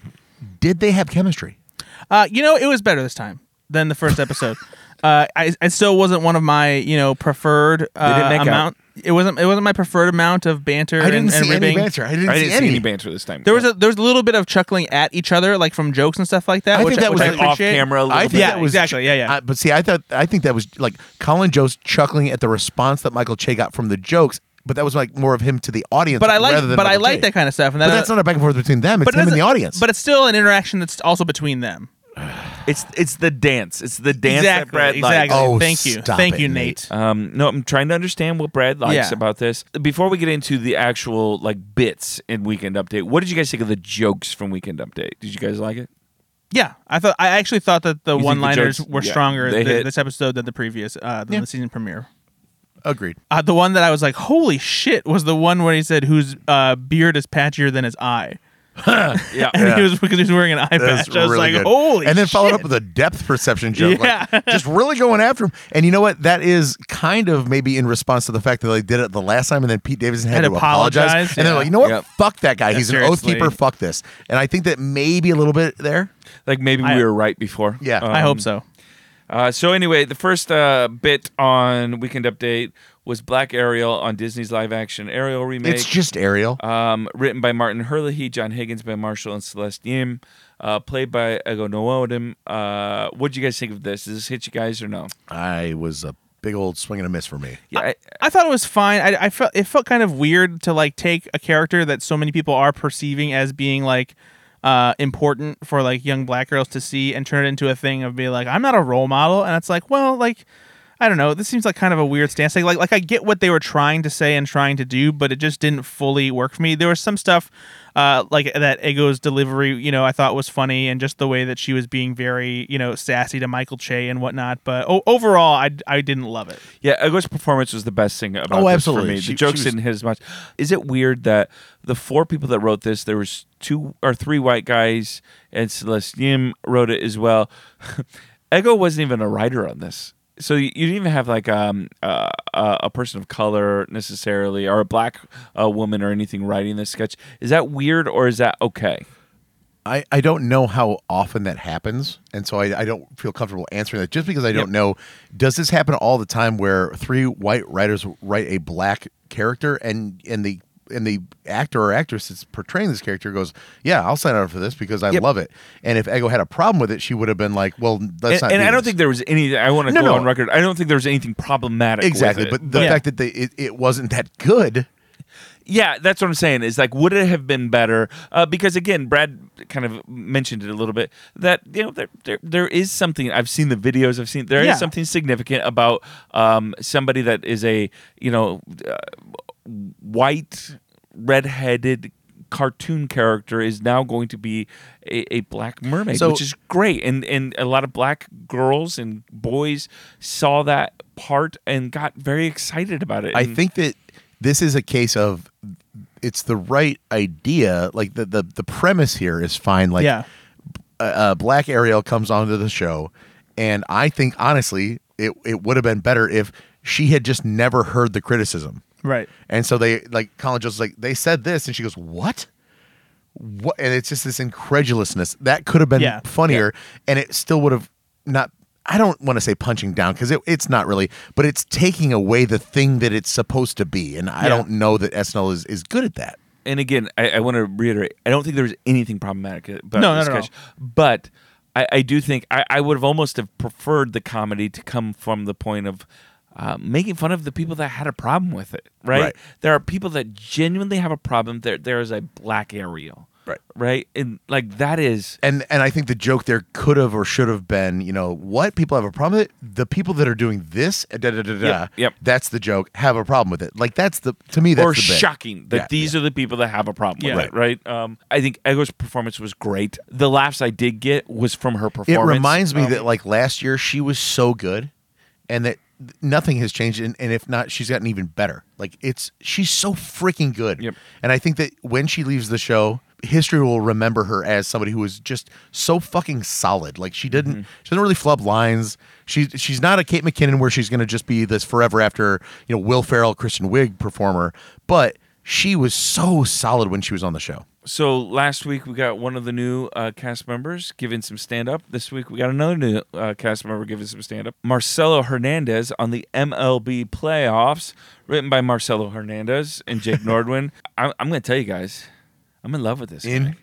S2: did they have chemistry?
S3: Uh, you know, it was better this time than the first episode. uh, I, I still wasn't one of my you know preferred uh,
S4: didn't make out.
S3: amount. It wasn't. It wasn't my preferred amount of banter.
S2: I didn't
S3: and, and
S2: see any
S3: ribbing.
S2: banter. I didn't,
S4: I didn't
S2: see any.
S4: banter this time.
S3: There was a there was a little bit of chuckling at each other, like from jokes and stuff like that.
S2: I
S3: which
S2: think that was
S3: which
S2: like
S3: I
S4: off
S3: appreciate.
S4: camera. A little
S2: I
S4: bit.
S2: think
S3: Yeah,
S2: that was
S3: exactly. Yeah, yeah.
S2: I- but see, I thought I think that was like Colin Jost chuckling at the response that Michael Che got from the jokes, but that was like more of him to the audience.
S3: but I like
S2: rather than
S3: but I
S2: Michael
S3: like
S2: Che.
S3: that kind of stuff. And that,
S2: But that's not a back and forth between them. It's
S3: it
S2: him and the
S3: doesn't-
S2: audience.
S3: But it's still an interaction that's also between them.
S4: it's it's the dance. It's the dance that
S3: exactly.
S4: Brad likes.
S3: exactly.
S2: Oh,
S3: Thank you.
S2: stop
S3: Thank
S2: it,
S3: you,
S2: Nate.
S3: Nate.
S4: Um, no, I'm trying to understand what Brad likes
S3: Yeah.
S4: about this. Before we get into the actual like bits in Weekend Update, what did you guys think of the jokes from Weekend Update? Did you guys like it?
S3: Yeah, I thought I actually thought that the
S4: the
S3: one-liners
S4: jokes-
S3: were
S4: yeah,
S3: stronger
S4: they
S3: thi-
S4: hit.
S3: this episode than the previous uh, than the season premiere.
S2: Agreed.
S3: Uh, the one that I was like, "Holy shit!" was the one where he said, "Whose uh, beard is patchier than his eye,"
S4: Yeah.
S3: and he was because he was wearing an eye patch. I was like, "Holy!"
S2: And then
S3: shit.
S2: followed up with a depth perception joke. like,
S3: Yeah.
S2: just really going after him. And you know what? That is kind of maybe in response to the fact that they did it the last time and then Pete Davidson had,
S3: Had
S2: to
S3: to
S2: apologize.
S3: apologize,
S2: And they're
S3: yeah.
S2: like, you know what?
S4: Yep.
S2: Fuck that guy. He's an oath
S3: seriously.
S2: keeper. Fuck this. And I think that maybe a little bit there.
S4: Like maybe
S3: I-
S4: we were right before. Um,
S2: Yeah.
S3: I hope so.
S4: Uh, so anyway, the first uh, bit on Weekend Update was Black Ariel on Disney's live-action Ariel remake.
S2: It's just Ariel.
S4: um, written by Martin Herlihy, John Higgins, Ben Marshall, and Celeste Yim, uh, played by Ego Nwodim. Uh, what do you guys think of this? Does this hit you guys or no?
S2: I was a big old swing and a miss for me.
S4: Yeah, I,
S3: I thought it was fine. I, I felt it felt kind of weird to like take a character that so many people are perceiving as being like uh, important for like young black girls to see and turn it into a thing of being like I'm not a role model, and it's like well like I don't know. This seems like kind of a weird stance. Like like, like I get what they were trying to say and trying to do, but it just didn't fully work for me. There was some stuff. Uh, like that Ego's delivery, you know, I thought was funny, and just the way that she was being very, you know, sassy to Michael Che and whatnot. But o- overall, I, I didn't love it.
S4: yeah, Ego's performance was the best thing about
S2: Oh,
S4: this
S2: absolutely.
S4: for me. The
S2: She- she
S4: jokes
S2: was-
S4: didn't hit as much. Is it weird that the four people that wrote this, there was two or three white guys, and Celeste Yim wrote it as well. Ego wasn't even a writer on this. So you you didn't even have like um, uh, uh, a person of color necessarily, or a black uh, woman or anything writing this sketch. Is that weird or is that okay?
S2: I, I don't know how often that happens, and so I, I don't feel comfortable answering that just because I don't know. Does this happen all the time where three white writers write a black character and and the and the actor or actress that's portraying this character goes, yeah, I'll sign up for this because I love it. And if Ego had a problem with it, she would have been like, well, that's
S4: And,
S2: not.
S4: and
S2: do
S4: I don't
S2: this."
S4: think there was any. I want to
S2: No,
S4: go
S2: no.
S4: on record. I don't think there was anything problematic. with
S2: exactly,
S4: it.
S2: but the
S3: Yeah.
S2: fact that they, it, it wasn't that good.
S4: Yeah, that's what I'm saying. Is like, would it have been better? Uh, because again, Brad kind of mentioned it a little bit that you know there there, there is something. I've seen the videos. I've seen there is
S3: Yeah.
S4: something significant about um, somebody that is a you know uh, white redheaded cartoon character is now going to be a, a black mermaid
S2: So-
S4: which is great and and a lot of black girls and boys saw that part and got very excited about it
S2: I
S4: And-
S2: think that this is a case of it's the right idea. Like the the, the premise here is fine. Like
S3: yeah.
S2: uh, uh, Black Ariel comes onto the show, and I think honestly, it it would have been better if she had just never heard the criticism.
S3: Right.
S2: And so they like Colin Jost is like they said this, and she goes, "What? What?" And it's just this incredulousness that could have been
S3: Yeah.
S2: funnier, and it still would have not I don't want to say punching down because it, it's not really, but it's taking away the thing that it's supposed to be, and I
S3: Yeah.
S2: don't know that SNL is, is good at that.
S4: and again, I, I want to reiterate, I don't think there was anything problematic about
S3: No,
S4: this
S3: no, no, no.
S4: sketch, but I, I do think I, I would have almost have preferred the comedy to come from the point of uh, making fun of the people that had a problem with it. Right?
S2: Right.
S4: There are people that genuinely have a problem. There, there is a black area.
S2: Right.
S4: Right, and like that is
S2: And and I think the joke there could have or should have been, you know, what people have a problem with it? The people that are doing this, da da da da. da,
S4: Yep, yep.
S2: That's the joke. Have a problem with it? Like that's the to me that's
S4: or
S2: the bit.
S4: shocking that
S2: Yeah,
S4: these are the people that have a problem
S3: Yeah.
S4: with it, right? Um, I think Ego's performance was great. The laughs I did get was from her
S2: It
S4: performance.
S2: reminds me
S4: Um,
S2: that like last year she was so good, and that th- nothing has changed, and, and if not, she's gotten even better. Like it's she's so freaking good,
S4: Yep.
S2: and I think that when she leaves the show, history will remember her as somebody who was just so fucking solid. Like she
S4: Mm-hmm.
S2: didn't she doesn't really flub lines. She she's not a Kate McKinnon where she's gonna just be this forever after you know Will Ferrell, Kristen Wiig performer, but she was so solid when she was on the show.
S4: So last week we got one of the new uh, cast members giving some stand up. This week we got another new uh, cast member giving some stand up. Marcelo Hernandez on the MLB playoffs, written by Marcelo Hernandez and Jake Nordwin. I'm, I'm going to tell you guys, I'm in love with this. guy.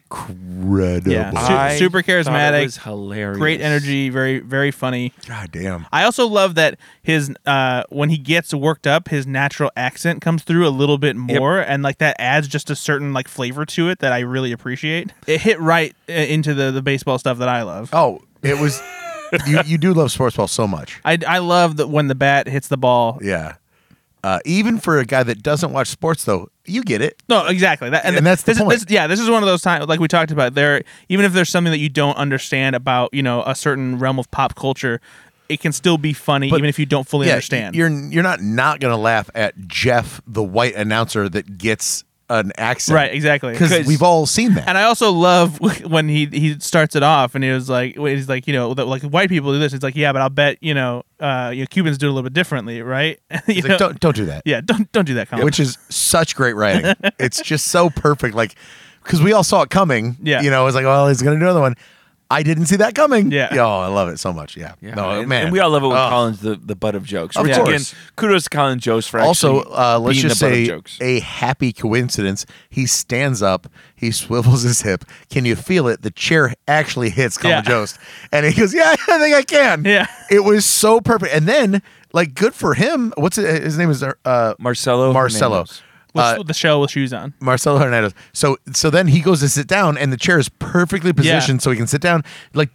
S2: Incredible.
S3: Yeah. Su-
S4: I
S3: super
S4: thought it
S3: charismatic,
S4: was hilarious,
S3: Great energy, very very funny.
S2: God damn.
S3: I also love that his uh, when he gets worked up, his natural accent comes through a little bit more, and like that adds just a certain like flavor to it that I really appreciate. It hit right uh, into the the baseball stuff that I love.
S2: Oh, it was. you you do love sports ball so much.
S3: I, I love that when the bat hits the ball.
S2: Yeah. Uh, even for a guy that doesn't watch sports, though, you get it.
S3: No, exactly. That,
S2: And that's the
S3: this is-
S2: point.
S3: this- yeah, this is one of those times, like we talked about. There, even if there's something that you don't understand about, you know, a certain realm of pop culture, it can still be funny, even if you don't fully understand.
S2: You're you're not not gonna laugh at Jeff, the white announcer that gets an accent,
S3: Right, exactly.
S2: Because
S3: 'Cause-
S2: we've all seen that.
S3: And I also love when he he starts it off and he was like he's like you know that like white people do this. It's like yeah, but I'll bet you know uh you know, Cubans do it a little bit differently, right? You
S2: It's
S3: know?
S2: like, don't don't do that.
S3: yeah, don't don't do that, Colin.
S2: Which is such great writing. it's just so perfect. Like, because we all saw it coming.
S3: Yeah.
S2: You know, it's like, well, he's gonna do another one. I didn't see that coming.
S3: Yeah.
S2: Yo, I love it so much. Yeah.
S4: Yeah,
S2: no,
S4: and,
S2: man. Oh.
S4: and we all love it when
S2: Ugh.
S4: Colin's the, the butt of jokes.
S2: Of
S4: which
S2: course.
S4: again, kudos to Colin Jost for
S2: also
S4: actually
S2: uh, let's
S4: being
S2: just
S4: the butt of
S2: say
S4: jokes.
S2: a happy coincidence he stands up he swivels his hip can you feel it the chair actually hits colin
S3: Yeah.
S2: jost and he goes yeah i think i can
S3: Yeah.
S2: it was so perfect and then like good for him what's it, his name is uh
S4: Marcelo
S2: marcelo Uh,
S4: Hernandez.
S3: With the shell with shoes on.
S2: Marcelo Hernandez. So so then he goes to sit down, and the chair is perfectly positioned so he can sit down. Like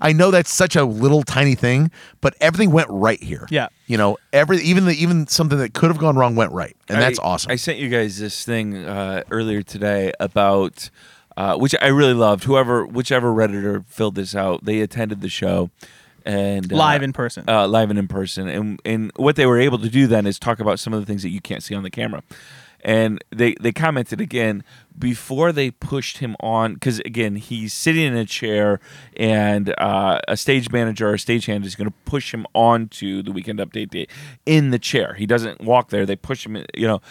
S2: I know that's such a little tiny thing, but everything went right here.
S3: Yeah.
S2: you know, every even the, even something that could have gone wrong went right, and that's
S4: I-
S2: awesome.
S4: I sent you guys this thing uh, earlier today about uh, which I really loved. Whoever, whichever redditor filled this out, they attended the show and uh,
S3: Live in person.
S4: Uh, live and in person, and and what they were able to do then is talk about some of the things that you can't see on the camera. And they, they commented again before they pushed him on because again he's sitting in a chair and uh, a stage manager or a stagehand is going to push him onto the weekend update date in the chair. He doesn't walk there; they push him. in- You know,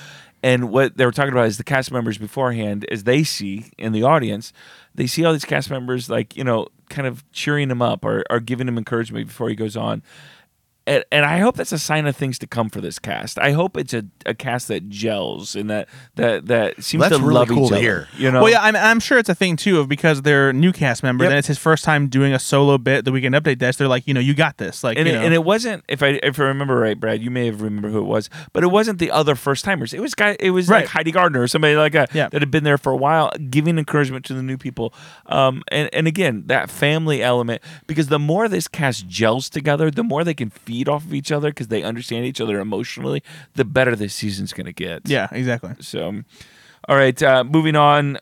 S4: and what they were talking about is the cast members beforehand, as they see in the audience, they see all these cast members like you know, kind of cheering him up or, or giving him encouragement before he goes on. And, and I hope that's a sign of things to come for this cast. I hope it's a, a cast that gels and that that that seems
S2: That's
S4: to
S2: really
S4: love
S2: cool
S4: each
S2: to
S4: other.
S2: hear.
S4: You know,
S3: Well, yeah, I'm, I'm sure it's a thing too of because they're new cast members
S4: Yep.
S3: and it's his first time doing a solo bit. The weekend update desk, they're like, you know, you got this. Like,
S4: and
S3: you
S4: it,
S3: know.
S4: and it wasn't if I if I remember right, Brad, you may have remember who it was, but it wasn't the other first timers. It was guy. It was
S3: Right.
S4: like Heidi Gardner or somebody like that
S3: Yeah.
S4: that had been there for a while, giving encouragement to the new people. Um, and and again that family element because the more this cast gels together, the more they can feed off of each other because they understand each other emotionally. The better this season's going to get.
S3: yeah, exactly.
S4: So, all right, uh, moving on.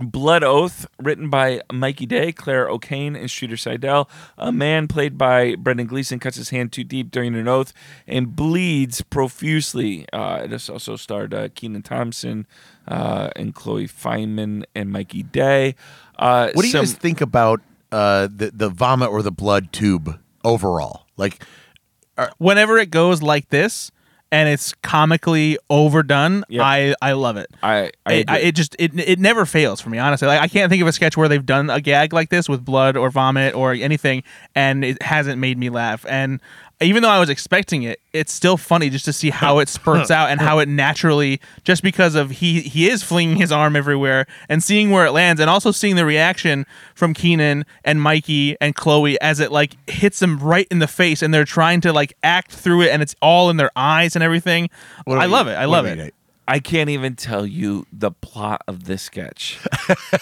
S4: Blood Oath, written by Mikey Day, Claire O'Kane, and Streeter Seidel. A man played by Brendan Gleeson cuts his hand too deep during an oath and bleeds profusely. Uh, this also starred uh, Keenan Thompson uh, and Chloe Feynman and Mikey Day. Uh,
S2: what do you
S4: some-
S2: guys think about uh, the the vomit or the blood tube overall? Like
S3: Whenever it goes like this, and it's comically overdone.
S4: Yep.
S3: I I love it.
S4: I, I
S3: it, I,
S4: agree.
S3: it just it, it never fails for me honestly like i can't think of a sketch where they've done a gag like this with blood or vomit or anything and it hasn't made me laugh and even though i was expecting it it's still funny just to see how it spurts out and how it naturally just because of he he is flinging his arm everywhere and seeing where it lands and also seeing the reaction from keenan and mikey and chloe as it like hits them right in the face and they're trying to like act through it and it's all in their eyes and everything
S2: What
S3: i
S2: about
S3: love
S2: you?
S3: it i
S2: What
S3: love
S2: about
S3: it
S2: you, Nate?
S4: I can't even tell you the plot of this sketch.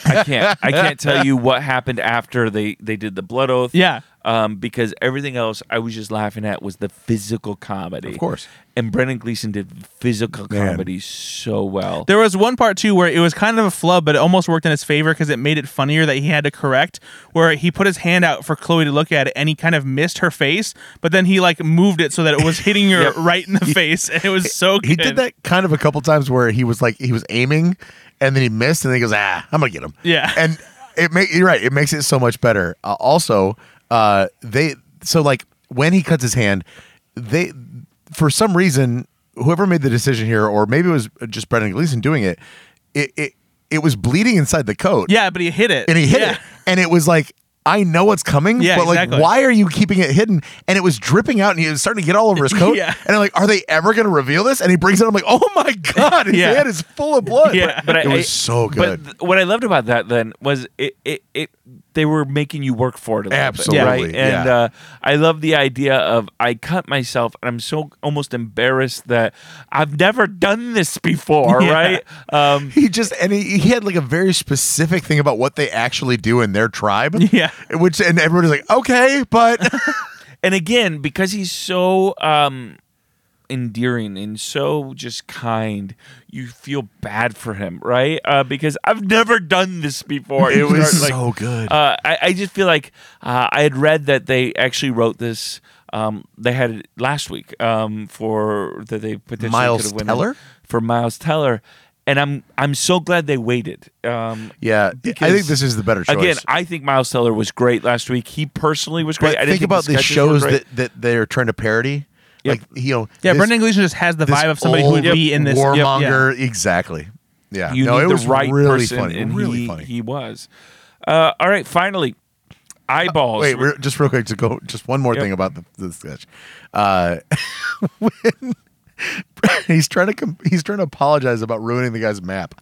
S4: I can't. I can't tell you what happened after they they did the blood oath.
S3: Yeah.
S4: Um, because everything else I was just laughing at was the physical comedy.
S2: Of course.
S4: And Brendan Gleeson did physical
S2: Man.
S4: comedy so well.
S3: There was one part too where it was kind of a flub, but it almost worked in his favor because it made it funnier that he had to correct. Where he put his hand out for Chloe to look at it, and he kind of missed her face, but then he like moved it so that it was hitting her right in the face, and it was so good.
S2: He did that kind of a couple times where he was like he was aiming and then he missed and then he goes ah I'm gonna get him
S3: Yeah.
S2: and it make you're right it makes it so much better uh, also uh they so like when he cuts his hand they for some reason whoever made the decision here or maybe it was just Brendan Gleeson doing it it it, it was bleeding inside the coat
S3: Yeah, but he hit it,
S2: and he hit
S3: yeah.
S2: it and it was like I know what's coming,
S3: Yeah,
S2: but like,
S3: exactly.
S2: why are you keeping it hidden? And it was dripping out, and he was starting to get all over his coat.
S3: Yeah.
S2: And I'm like, are they ever going to reveal this? And he brings it. up, I'm like, oh my god, his
S3: Yeah.
S2: hand is full of blood.
S3: Yeah.
S4: but
S2: it
S4: I- I-
S2: was so Oh, good.
S4: But th- what I loved about that then was it, it, it they were making you work for it a little
S2: Absolutely,
S4: bit, right?
S2: yeah.
S4: And uh, I love the idea of I cut myself and I'm so almost embarrassed that I've never done this before,
S3: Yeah.
S4: right? Um,
S2: he just and he, he had like a very specific thing about what they actually do in their tribe.
S3: Yeah.
S2: which and everybody's like, okay, but
S4: and again, because he's so um, endearing and so just kind, you feel bad for him, right? Uh, because I've never done this before.
S2: it
S4: You
S2: was
S4: start, like,
S2: so good.
S4: Uh, I, I just feel like uh, I had read that they actually wrote this. Um, they had it last week um, for that they potentially
S2: Miles
S4: could have won
S2: Teller?
S4: for Miles Teller, and I'm I'm so glad they waited. Um,
S2: yeah, I think
S4: because-
S2: this is the better choice.
S4: Again, I think Miles Teller was great last week. He personally was great.
S2: but
S4: I didn't
S2: think about the
S4: sketches were
S2: shows
S4: great.
S2: that that they're trying to parody.
S4: Yep.
S2: Like you know,
S3: yeah,
S2: this-
S3: Brendan Gleeson just has the
S2: this
S3: vibe of somebody who
S2: old
S3: would be in this. yep, yeah.
S2: warmonger. Exactly. Yeah.
S4: you
S2: Uh, no,
S4: need
S2: it
S4: the
S2: was
S4: right
S2: really
S4: person,
S2: funny.
S4: and
S2: really
S4: he,
S2: funny.
S4: he was. Uh, all right, finally, eyeballs.
S2: Wait, we're, just real quick to go. Just one more
S4: Yep.
S2: thing about the, the sketch. Uh, when he's trying to com- he's trying to apologize about ruining the guy's map.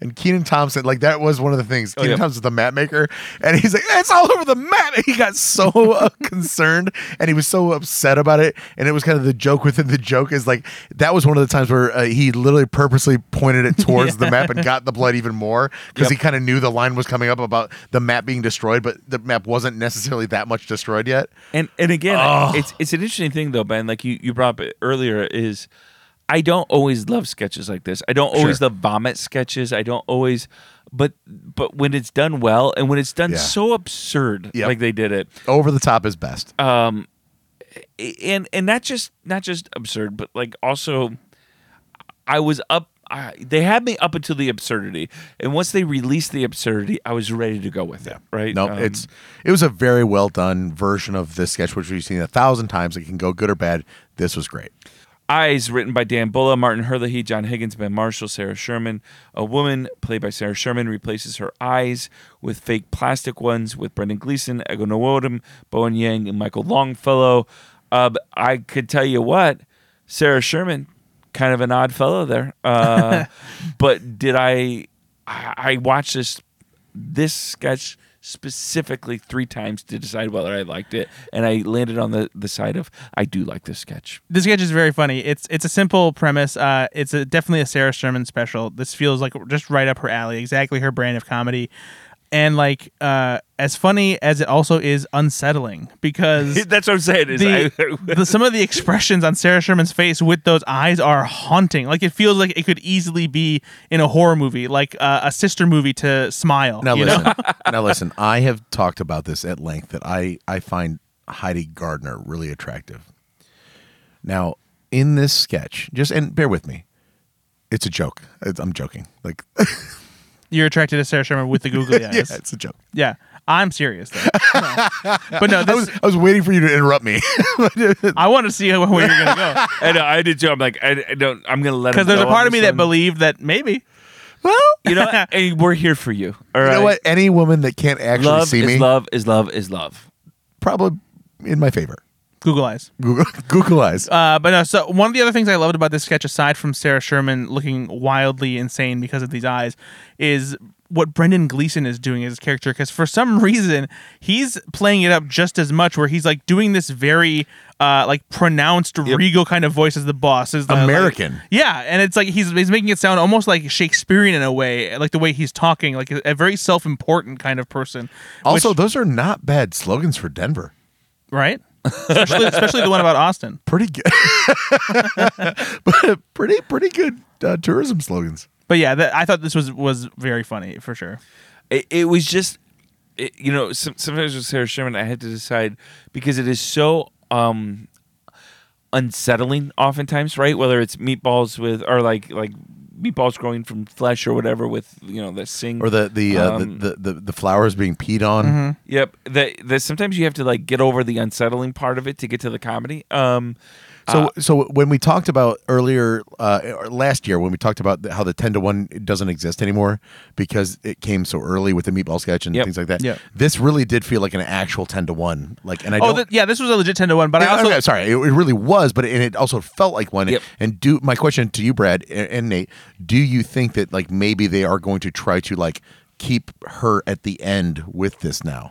S2: And Keenan Thompson, like that was one of the things. Keenan
S4: Oh, yeah.
S2: Thompson's the map maker, and he's like, "It's all over the map." And he got so uh, concerned, and he was so upset about it. And it was kind of the joke within the joke is like that was one of the times where uh, he literally purposely pointed it towards the map and got the blood even more because he kind of knew the line was coming up about the map being destroyed, but the map wasn't necessarily that much destroyed yet.
S4: And and again,
S2: Oh.
S4: it's it's an interesting thing though, Ben. Like you you brought up earlier is I don't always love sketches like this. I don't always love vomit sketches. I don't always, but but when it's done well and when it's done
S2: Yeah.
S4: so absurd,
S2: Yep.
S4: like they did it,
S2: Over the top is best.
S4: Uh, and and not just not just absurd, but like also, I was up. I, they had me up until the absurdity, and once they released the absurdity, I was ready to go with it. Right?
S2: No,
S4: Um,
S2: it's it was a very well done version of this sketch, which we've seen a thousand times. It can go good or bad. This was great.
S4: Eyes, written by Dan Bulla, Martin Herlihy, John Higgins, Ben Marshall, Sarah Sherman. A woman, played by Sarah Sherman, replaces her eyes with fake plastic ones with Brendan Gleeson, Ego Nwodim, Bowen Yang, and Michael Longfellow. Uh, but I could tell you what, Sarah Sherman, kind of an odd fellow there. Uh, but did I, I? I watched this this sketch specifically three times to decide whether I liked it, and I landed on the the side of I do like this sketch.
S3: this sketch is very funny. It's it's a simple premise. Uh, it's a, definitely a Sarah Sherman special. This feels like just right up her alley. Exactly her brand of comedy, and like uh, as funny as it also is unsettling because
S4: That's what I'm saying. Is
S3: the,
S4: I,
S3: the- some of the expressions on Sarah Sherman's face with those eyes are haunting. Like it feels like it could easily be in a horror movie, like uh, a sister movie to Smile.
S2: Now
S3: you know?
S2: listen, now listen. I have talked about this at length that I I find Heidi Gardner really attractive. Now in this sketch, just and bear with me, it's a joke. It's, I'm joking. Like
S3: you're attracted to Sarah Sherman with the googly eyes.
S2: yeah, it's a joke.
S3: Yeah. I'm serious though. No. But no,
S2: I
S3: this, I,
S2: was, I was waiting for you to interrupt me. uh,
S3: want to see how, where you're going to go.
S4: I know. I did too. I'm like, I, I don't. I'm gonna let
S3: Because
S4: him
S3: there's a
S4: go on
S3: part of me
S4: this
S3: that
S4: one.
S3: believed that maybe.
S2: well,
S4: You know, what? Hey, we're here for you. All right.
S2: you know what? Any woman that can't actually
S4: Love
S2: see
S4: is
S2: me,
S4: love is love is love.
S2: probably in my favor.
S3: Google eyes.
S2: Google, Google eyes.
S3: Uh, but no, so one of the other things I loved about this sketch, aside from Sarah Sherman looking wildly insane because of these eyes, is what Brendan Gleeson is doing as his character. Because for some reason, he's playing it up just as much, where he's like doing this very uh, like pronounced regal kind of voice as the boss, as the, like-
S2: American.
S3: yeah, and it's like he's he's making it sound almost like Shakespearean in a way, like the way he's talking, like a, a very self important kind of person. which-
S2: Also, those are not bad slogans for Denver.
S3: right? especially, especially the one about Austin.
S2: Pretty good, but uh, pretty pretty good uh, tourism slogans.
S3: But yeah, that, I thought this was was very funny for sure.
S4: It, it was just, it, you know, some, sometimes with Sarah Sherman, I had to decide because it is so um unsettling oftentimes, right? Whether it's meatballs with or like like meatballs growing from flesh or whatever with you know the sing
S2: Or the the, uh,
S4: Um,
S2: the, the the the flowers being peed on.
S4: Yep. That that sometimes you have to like get over the unsettling part of it to get to the comedy. Um
S2: So, so when we talked about earlier uh, or last year, when we talked about how the ten to one doesn't exist anymore because it came so early with the meatball sketch and
S4: Yep.
S2: things like that,
S3: Yep.
S2: this really did feel like an actual ten to one. Like, and I
S3: Oh,
S2: don't,
S3: th- yeah, this was a legit ten to one. But
S2: Yeah,
S3: I also
S2: okay, sorry, it, it really was, but and it also felt like one.
S4: Yep.
S2: And do my question to you, Brad and, and Nate, do you think that like maybe they are going to try to like keep her at the end with this now?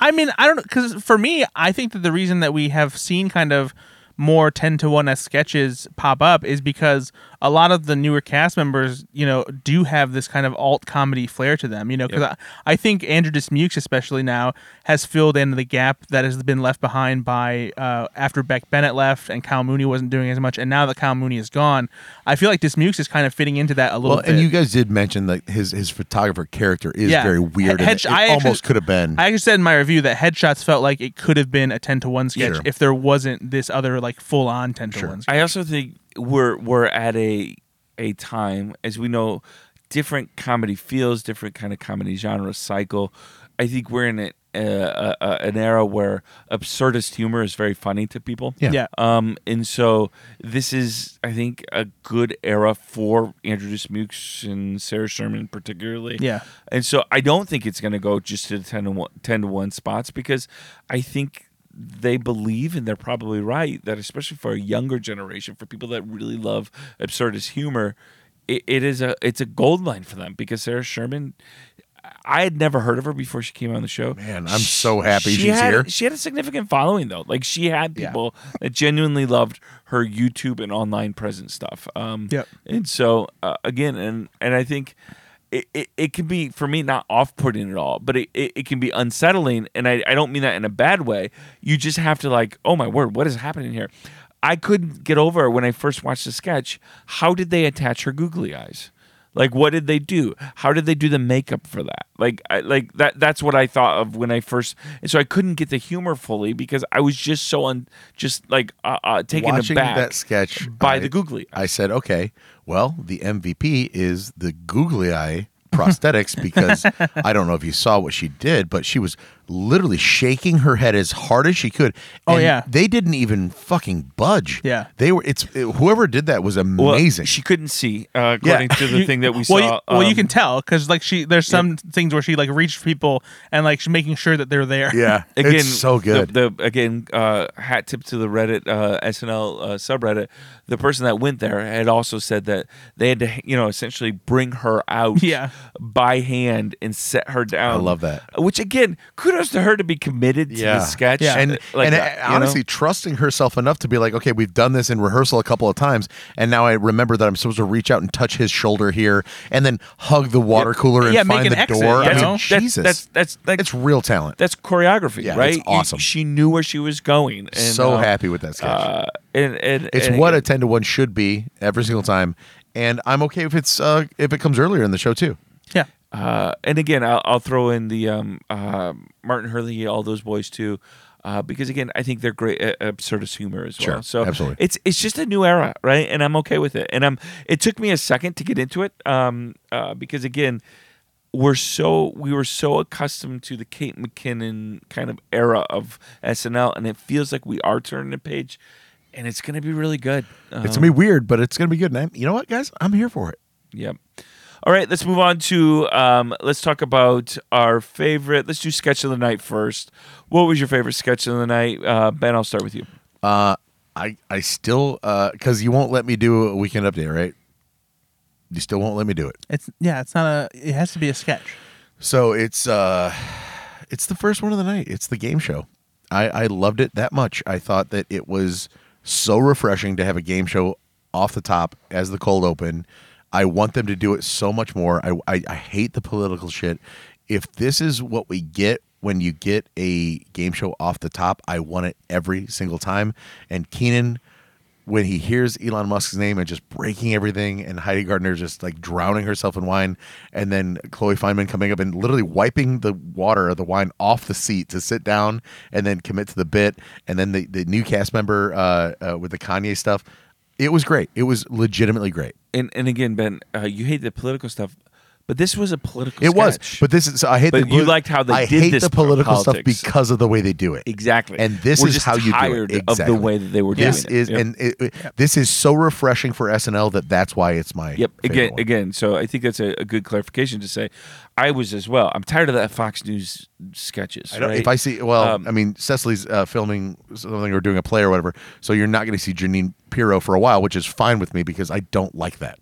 S3: I mean, I don't because for me, I think that the reason that we have seen kind of more ten to one as sketches pop up is because a lot of the newer cast members, you know, do have this kind of alt comedy flair to them. You know, because I, I think Andrew Dismukes especially now has filled in the gap that has been left behind by uh, after Beck Bennett left and Cal Mooney wasn't doing as much, and now that Cal Mooney is gone, I feel like Dismukes is kind of fitting into that a little
S2: Well,
S3: bit.
S2: and you guys did mention that his his photographer character is very weird.
S3: Head-
S2: and it
S3: I actually-
S2: almost could have been.
S3: I actually said in my review that headshots felt like it could have been a ten to one sketch
S2: Sure.
S3: if there wasn't this other like full on ten to one. sketch.
S4: I also think we're we're at a a time as we know different comedy feels, different kind of comedy genre cycle. I think we're in a, a, a, a- uh, an era where absurdist humor is very funny to people.
S2: Yeah.
S3: Yeah.
S4: Um, and so this is, I think, a good era for Andrew Dismukes and Sarah Sherman, particularly.
S3: Yeah.
S4: And so I don't think it's going to go just to the 10 to, 1, 10 to 1 spots because I think they believe, and they're probably right, that especially for a younger generation, for people that really love absurdist humor, it, it is a it's a gold mine for them because Sarah Sherman. I had never heard of her before she came on the show.
S2: Man, I'm so happy she's
S4: had-
S2: here.
S4: She had a significant following though. Like she had people that genuinely loved her YouTube and online presence stuff. Um,
S3: Yep.
S4: And so uh, again, and and I think it, it, it can be for me not off putting at all, but it, it, it can be unsettling. And I, I don't mean that in a bad way. You just have to like, oh my word, what is happening here? I couldn't get over when I first watched the sketch. How did they attach her googly eyes? Like what did they do? How did they do the makeup for that? Like I, like that that's what I thought of when I first and so I couldn't get the humor fully because I was just so un just like uh, uh taken
S2: Watching
S4: aback
S2: that sketch
S4: by
S2: I-
S4: the googly.
S2: I said, okay, well, the MVP is the googly eye prosthetics because I don't know if you saw what she did, but she was literally shaking her head as hard as she could.
S3: Oh,
S2: and
S3: yeah.
S2: they didn't even fucking budge.
S3: Yeah.
S2: they were. It's it- whoever did that was
S4: Well,
S2: amazing.
S4: she couldn't see uh, according to the
S3: You-
S4: thing that we
S3: well,
S4: saw.
S3: You, well, you
S4: um,
S3: can tell because like she, there's some things where she like reached people and like she's making sure that they're there.
S2: yeah,
S4: again
S2: it's so good.
S4: The, the again uh, hat tip to the Reddit uh, SNL uh, subreddit. The person that went there had also said that they had to you know essentially bring her out
S3: Yeah.
S4: by hand and set her down.
S2: I love that.
S4: Which again, kudos to her to be committed to the sketch. Uh,
S3: Yeah.
S2: and,
S4: like
S2: and
S4: that, you know?
S2: honestly trusting herself enough to be like okay we've done this in rehearsal a couple of times and now i remember that i'm supposed to reach out and touch his shoulder here and then hug the water cooler and
S3: Yeah, make
S2: find
S3: an
S2: the
S3: exit,
S2: door
S3: you
S2: I mean,
S3: know?
S4: that's,
S2: jesus
S4: That's that's like
S2: it's real talent
S4: that's choreography,
S2: Yeah, it's
S4: right? You-
S2: awesome.
S4: she knew where she was going. And,
S2: so
S4: uh,
S2: happy with that sketch
S4: Uh, and, and
S2: it's
S4: and
S2: what
S4: again-
S2: a 10 to 1 should be every single time and i'm okay if it's uh if it comes earlier in the show too
S3: yeah.
S4: Uh, and again, I'll, I'll throw in the um, uh, Martin Hurley, all those boys too, uh, because again, I think they're great uh, absurdist humor as well.
S2: Sure,
S4: So
S2: absolutely.
S4: it's it's just a new era, right? And I'm okay with it. And I'm. It took me a second to get into it, um, uh, because again, we're so we were so accustomed to the Kate McKinnon kind of era of SNL, and it feels like we are turning a page, and it's gonna be really good. Um,
S2: It's gonna be weird, but it's gonna be good. And I'm, you know what, guys? I'm here for it.
S4: Yep. All right, let's move on to um, let's talk about our favorite. Let's do sketch of the night first. What was your favorite sketch of the night, uh, Ben? I'll start with you.
S2: Uh, I I still because you won't let me do a weekend update, right? You still won't let me do it.
S3: It's yeah, it's not a. It has to be a sketch.
S2: So it's uh, it's the first one of the night. It's the game show. I I loved it that much. I thought that it was so refreshing to have a game show off the top as the cold open. I want them to do it so much more. I I, I hate the political shit. If this is what we get when you get a game show off the top, I want it every single time. And Keenan when he hears Elon Musk's name and just breaking everything, and Heidi Gardner just like drowning herself in wine, and then Chloe Feynman coming up and literally wiping the water, the wine off the seat to sit down and then commit to the bit, and then the, the new cast member uh, uh, with the Kanye stuff. It was great. It was legitimately great.
S4: And and again, Ben, uh, you hate the political stuff, but this was a political.
S2: It was,
S4: sketch.
S2: but this is. So I hate.
S4: But
S2: the,
S4: you liked how they
S2: I
S4: did
S2: hate
S4: this
S2: the political
S4: politics.
S2: stuff because of the way they do it.
S4: exactly.
S2: And this
S4: We're
S2: is
S4: just
S2: how you
S4: tired
S2: do it.
S4: of the
S2: Exactly.
S4: way that they were
S2: This
S4: doing it.
S2: is
S4: Yep.
S2: and it, it- this is so refreshing for SNL that that's why it's my
S4: Yep.
S2: favorite
S4: Again,
S2: one.
S4: again. So I think that's a, a good clarification to say. I was as well. I'm tired of that Fox News sketches.
S2: I don't,
S4: right?
S2: If I see, well,
S4: Um,
S2: I mean, Cecily's uh, filming something or doing a play or whatever, so you're not going to see Janine Pirro for a while, which is fine with me because I don't like that.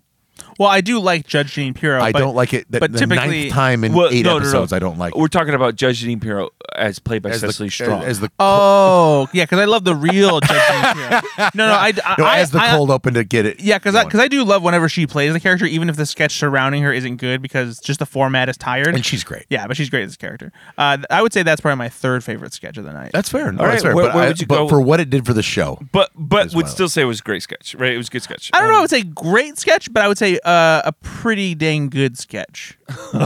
S3: Well, I do like Judge Jean
S4: Uh,
S3: Pirro.
S2: I
S3: but-
S2: don't like it. That
S3: but
S2: the
S3: typically,
S2: ninth time in
S4: Well,
S2: eight
S4: no, no, no.
S2: episodes, I don't like.
S4: We're talking about Judge Jeanine Pirro as played by
S2: as the,
S4: Cecily Strong.
S2: as the
S3: Oh yeah, because I love the real Judge Jean Pirro. No, no, I, I,
S2: no,
S3: I
S2: as the
S3: I-
S2: cold open to get it.
S3: Yeah, because
S2: going.
S3: because I, do love whenever she plays the character, even if the sketch surrounding her isn't good, because just the format is tired.
S2: and she's great.
S3: yeah, but she's great as this character. Uh, th- I would say that's probably my third favorite sketch of the night.
S2: That's fair. No,
S4: All
S2: that's
S4: right,
S2: fair.
S4: where-
S2: but
S4: where
S2: I-
S4: would you
S2: but
S4: go-
S2: for what it did for the show,
S4: but but
S2: as
S4: would
S2: well.
S4: still say it was a great sketch, right? It was a good sketch.
S3: I don't
S4: Um,
S3: know. I would say great sketch, but I would say uh, a pretty dang good sketch.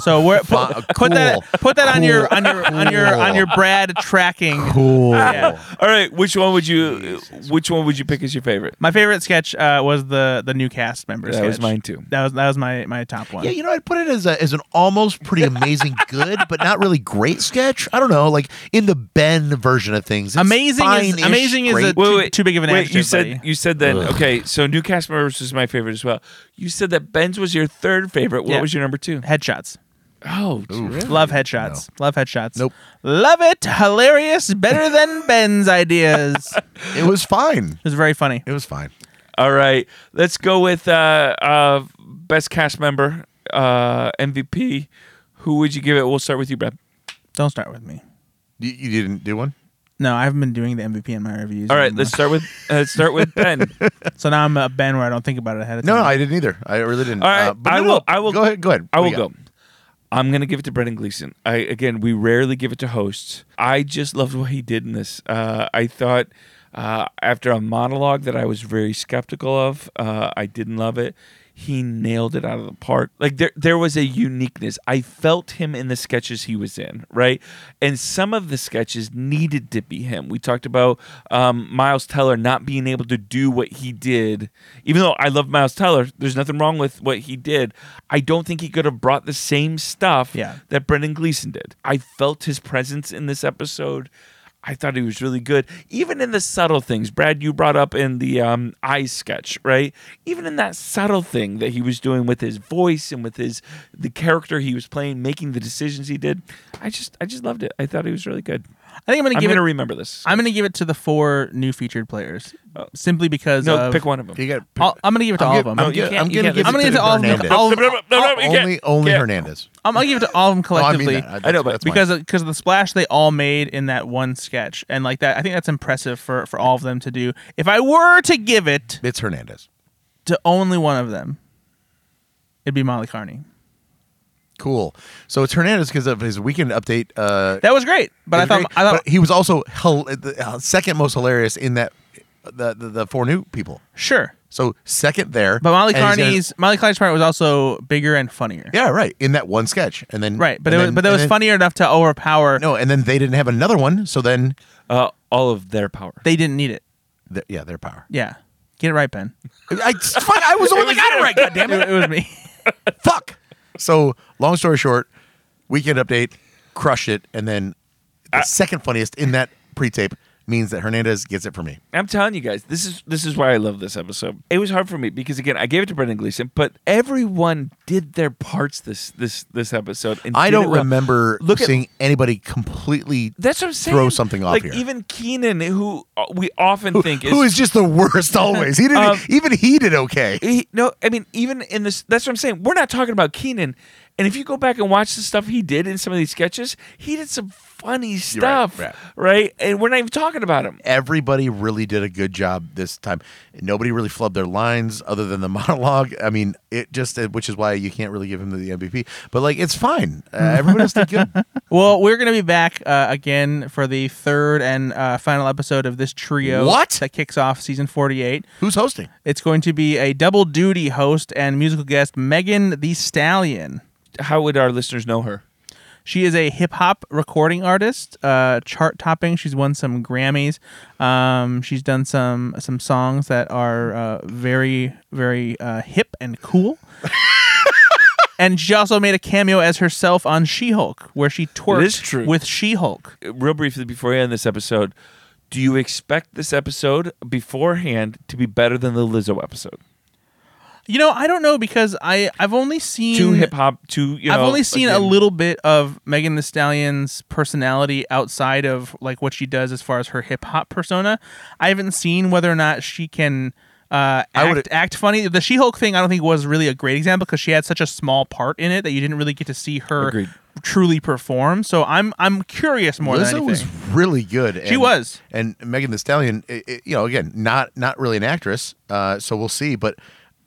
S3: So we're, put,
S2: Fi-
S3: put that
S2: uh, cool.
S3: put that on your
S2: Cool.
S3: on your on your on your Brad tracking.
S2: cool.
S3: Yeah.
S4: All right, which one would you? Which one would you pick as your favorite?
S3: My favorite sketch uh, was the the new cast member.
S4: That was
S3: sketch.
S4: mine too.
S3: That was that was my my top one.
S2: Yeah, you know, I'd put it as a, as an almost pretty amazing good, but not really great sketch. I don't know, like in the Ben version of things. it's
S3: Amazing is-
S2: fine-ish,
S3: amazing is a-
S2: great.
S3: too- too big of an
S4: wait,
S3: adjective,
S4: You said
S3: buddy.
S4: you said then. Okay, so new cast members is my favorite as well. You said that Ben's was your third favorite. What
S3: Yeah.
S4: was your number two?
S3: Headshots.
S4: Oh, really?
S3: Love headshots. Love headshots.
S2: Nope.
S3: Love it. Hilarious. Better than Ben's ideas. It
S2: It was fine.
S3: was very funny.
S2: It was fine.
S4: all right. Let's go with uh, uh, best cast member uh, MVP. Who would you give it? We'll start with you, Brad.
S3: Don't start with me.
S2: You, you didn't do one.
S3: No, I haven't been doing the MVP in my reviews.
S4: All right,
S3: anymore.
S4: let's start with uh, let's start with Ben.
S3: so now I'm a Ben where I don't think about it ahead of
S2: No,
S3: time.
S2: no, I didn't either. I really didn't.
S4: All right,
S2: Uh, but
S4: I
S2: no,
S4: will-
S2: no,
S4: I will-
S2: Go ahead. Go ahead.
S4: I
S2: What
S4: will
S2: do you got?
S4: go. I'm gonna give it to Brendan Gleeson. I again, we rarely give it to hosts. I just loved what he did in this. Uh, I thought uh, after a monologue that I was very skeptical of, uh, I didn't love it. He nailed it out of the park. Like there, there was a uniqueness. I felt him in the sketches he was in, right? And some of the sketches needed to be him. We talked about um, Miles Teller not being able to do what he did. Even though I love Miles Teller, there's nothing wrong with what he did. I don't think he could have brought the same stuff
S3: Yeah.
S4: that Brendan Gleeson did. I felt his presence in this episode. I thought he was really good, even in the subtle things. Brad, you brought up in the um, eye sketch, right? Even in that subtle thing that he was doing with his voice and with his the character he was playing, making the decisions he did. I just, I just loved it. I thought he was really good.
S3: I think I'm gonna
S4: I'm
S3: give
S4: gonna
S3: it.
S4: remember this.
S3: I'm gonna give it to the four new featured players,
S2: Oh.
S3: simply because
S4: no,
S3: of-
S4: pick one of them.
S2: You got.
S3: I'll, I'm gonna give it to
S2: I'm
S3: all
S2: gi-
S3: of them.
S2: I'm,
S3: I'm,
S2: gi-
S4: you can't-
S2: I'm
S4: you
S2: gonna
S4: can't
S2: give
S4: I'm
S2: it
S3: gonna
S2: to
S3: give it to all of them.
S2: Hernandez.
S3: All of them.
S4: no, you can't.
S2: Only, only
S4: Can't.
S2: Hernandez.
S3: gonna give it to all of them
S2: No, I
S3: collectively.
S2: mean that. That's-
S4: I know, but
S2: that's mine.
S3: because because of the splash they all made in that one sketch and like that i think that's impressive for for all of them to do if i were to give it
S2: it's Hernandez.
S3: to only one of them it'd be molly carney
S2: Cool. So it's Hernandez because of his weekend update. Uh,
S3: that was great but i
S2: It was
S3: thought
S2: great,
S3: i thought
S2: but he was also hel- the uh, second most hilarious in that the, the the four new people.
S3: sure
S2: So second there,
S3: but molly
S2: and he's gonna-
S3: carney's molly carney's part was also bigger and funnier
S2: yeah, right in that one sketch, and then
S3: right but it
S2: and
S3: was,
S2: then-
S3: but that
S2: and
S3: was
S2: then-
S3: funnier enough to overpower
S2: No, and then they didn't have another one, so then
S4: Uh, all of their power.
S3: they didn't need it
S2: th- yeah, their power.
S3: yeah get it right ben
S2: I fuck, I was the one that got it right. God damn
S3: it, it was me
S2: fuck. So long story short, Weekend Update, crush it, and then the second funniest in that pre-tape means that Hernandez gets it for me.
S4: I'm telling you guys, this is this is why I love this episode. It was hard for me because again, I gave it to Brendan Gleeson, but everyone did their parts this this this episode. And
S2: I
S4: did it
S2: don't
S4: well.
S2: remember
S4: Look at-
S2: seeing anybody completely
S4: That's what I'm saying.
S2: throw something off
S4: like,
S2: here.
S4: Even Keenan, who uh, we often think
S2: who is just the worst always. He didn't e-,
S4: Um,
S2: even he did okay.
S4: he, no, I mean, even in this, that's what I'm saying. We're not talking about Keenan. And if you go back and watch the stuff he did in some of these sketches, he did some funny
S2: right,
S4: stuff,
S2: right.
S4: right? And we're not even talking about him.
S2: Everybody really did a good job this time. Nobody really flubbed their lines other than the monologue. I mean, it just uh, which is why you can't really give him the MVP. But like, it's fine. Uh, everybody else did good.
S3: Well, we're gonna be back uh, again for the third and uh, final episode of this trio.
S2: What?
S3: that kicks off season forty-eight.
S2: Who's hosting?
S3: It's going to be a double duty host and musical guest Megan the Stallion.
S4: How would our listeners know her?
S3: She is a hip hop recording artist, uh, chart topping. She's won some Grammys. Um, she's done some some songs that are uh, very very uh, hip and cool. and she also made a cameo as herself on She Hulk, where she
S4: is
S3: twerked
S4: true.
S3: with She Hulk.
S4: Real briefly before we end this episode, do you expect this episode beforehand to be better than the Lizzo episode?
S3: You know, I don't know because I I've only seen
S4: Too hip hop, too, you know.
S3: I've only seen a
S4: again-
S3: little bit of Megan The Stallion's personality outside of like what she does as far as her hip hop persona. I haven't seen whether or not she can uh, act,
S2: would-
S3: act funny. The She Hulk thing, I don't think was really a great example because she had such a small part in it that you didn't really get to see her
S4: Agreed.
S3: truly perform. So I'm I'm curious more than
S2: Lizzo
S3: anything.
S2: was really good.
S3: She
S2: and-
S3: was.
S2: and Megan the Stallion. i i you know, again, not not really an actress, uh, so we'll see. But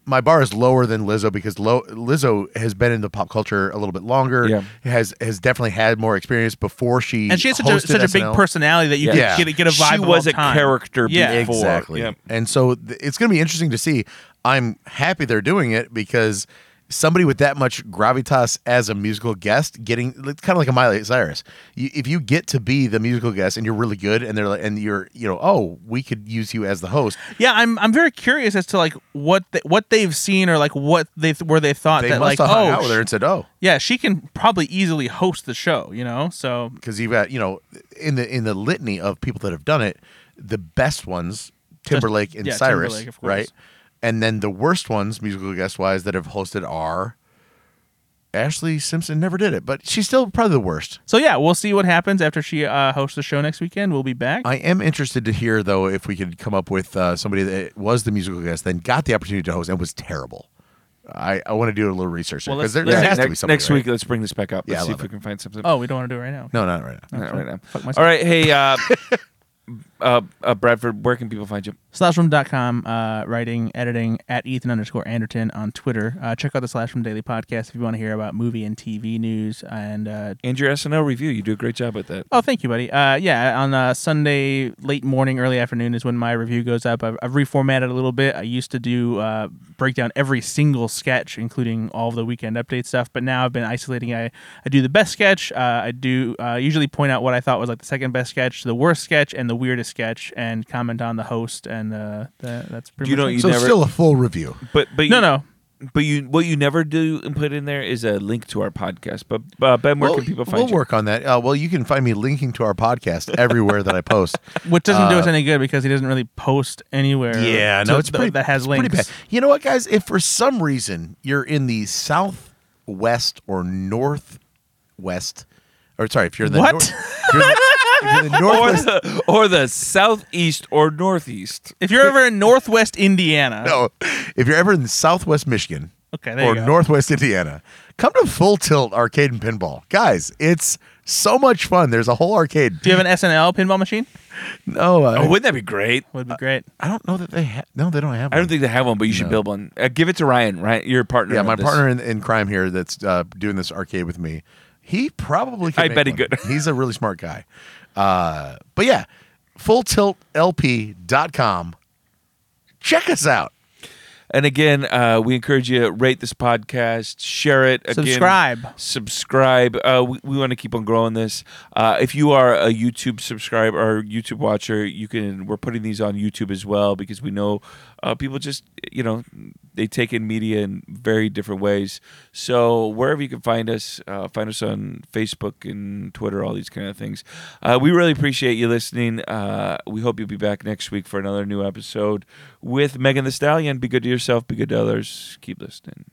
S2: my bar is lower than Lizzo because Lo- Lizzo has been in the pop culture a little bit longer.
S4: Yeah.
S2: has has definitely had more experience before she
S3: and she had such a,
S2: hosted
S3: such a big
S2: SNL.
S3: personality that you
S2: Yeah.
S3: could get, get a vibe.
S4: She
S3: of
S4: was
S3: all
S4: a
S3: time.
S4: character
S3: Yeah.
S4: before.
S2: Exactly.
S4: Yep.
S2: And so th- it's going to be interesting to see. I'm happy they're doing it because somebody with that much gravitas as a musical guest getting it's kind of like a Miley Cyrus. You, if you get to be the musical guest and you're really good and they're like and you're you know oh we could use you as the host.
S3: Yeah, I'm I'm very curious as to like what they, what they've seen or like what they where they thought
S2: They
S3: that
S2: must
S3: like
S2: have hung out
S3: oh
S2: with her and said oh
S3: yeah, she can probably easily host the show, you know? So
S2: because you've got you know in the in the litany of people that have done it the best ones Timberlake and
S3: yeah,
S2: Cyrus
S3: Timberlake, of course.
S2: right and then the worst ones musical guest wise that have hosted are Ashley Simpson never did it but she's still probably the worst
S3: so yeah, we'll see what happens after she uh, hosts the show next weekend. We'll be back.
S2: I am interested to hear though if we could come up with uh, somebody that was the musical guest then got the opportunity to host and was terrible I, I want to do a little research
S3: Well,
S2: because
S3: let's-
S2: there,
S4: Yeah,
S2: there has to be
S4: next-
S2: somebody
S4: next
S2: right?
S4: week, let's bring this back up.
S2: Yeah,
S4: Let's
S2: I
S4: see if
S2: love
S4: we
S2: it.
S4: can find something.
S3: oh, we don't want to do it right now.
S2: no not right now
S4: Not right now.
S3: Fuck myself.
S4: All right, hey, uh, uh, uh, Bradford, where can people find you?
S3: Slashroom.com, uh, writing, editing at Ethan underscore Anderton on Twitter. Uh, check out the Slashroom Daily Podcast if you want to hear about movie and TV news. And uh,
S4: And your SNL review, you do a great job at that.
S3: oh, thank you, buddy. Uh, yeah, on uh, Sunday, late morning, early afternoon is when my review goes up. I've, I've reformatted a little bit. I used to do uh, break down every single sketch, including all of the weekend update stuff. But now I've been isolating. I, I do the best sketch. Uh, I do uh, usually point out what I thought was like the second best sketch, the worst sketch, and the weirdest sketch, and comment on the host. And uh, that, that's pretty
S4: You
S3: much
S4: don't-
S3: it.
S4: you
S2: so
S4: never-
S2: still a full review
S4: But but
S3: No,
S4: you,
S3: no.
S4: But you what you never do and put in there is a link to our podcast. But uh, Ben, where
S2: Well,
S4: can people find
S2: we'll
S4: you?
S2: work on that. Uh, well, you can find me linking to our podcast everywhere that I post.
S3: Which doesn't do us any good because he doesn't really post anywhere. to- th- that has
S2: Uh, it's
S3: links.
S2: Pretty bad. You know what, guys? If for some reason you're in the southwest or northwest, or sorry, if you're in the
S3: What?
S2: north, if you're in the- if you're in the
S4: Or
S2: northwest.
S4: the, or the southeast or northeast.
S3: If you're ever in Northwest Indiana,
S2: No, if you're ever in Southwest Michigan
S3: Okay, there you
S2: or
S3: go.
S2: Northwest Indiana, come to Full Tilt Arcade and Pinball, guys. It's so much fun. There's a whole arcade.
S3: do you have an SNL pinball machine?
S2: No, uh,
S4: Oh, wouldn't that be great?
S3: Would be great.
S2: I don't know that they have. No, they don't have.
S4: I
S2: one.
S4: don't think they have one, but you should build one. Uh, give it to Ryan. Ryan, your partner.
S2: Yeah,
S4: on
S2: my
S4: this.
S2: partner in, in crime here that's uh, doing this arcade with me, he probably could
S4: I
S2: make
S4: bet he
S2: one.
S4: could.
S2: He's a really smart guy. Uh, but yeah, fulltiltlp.com. Check us out.
S4: And again, uh, we encourage you to rate this podcast, share it. Again,
S3: Subscribe.
S4: Subscribe. Uh, we we want to keep on growing this. Uh, if you are a YouTube subscriber or YouTube watcher, you can. We're putting these on YouTube as well because we know uh, people just you know they take in media in very different ways. So wherever you can find us, uh, find us on Facebook and Twitter, all these kind of things. Uh, we really appreciate you listening. Uh, we hope you'll be back next week for another new episode with Megan the Stallion. Be good to yourself. Be good to others. Keep listening.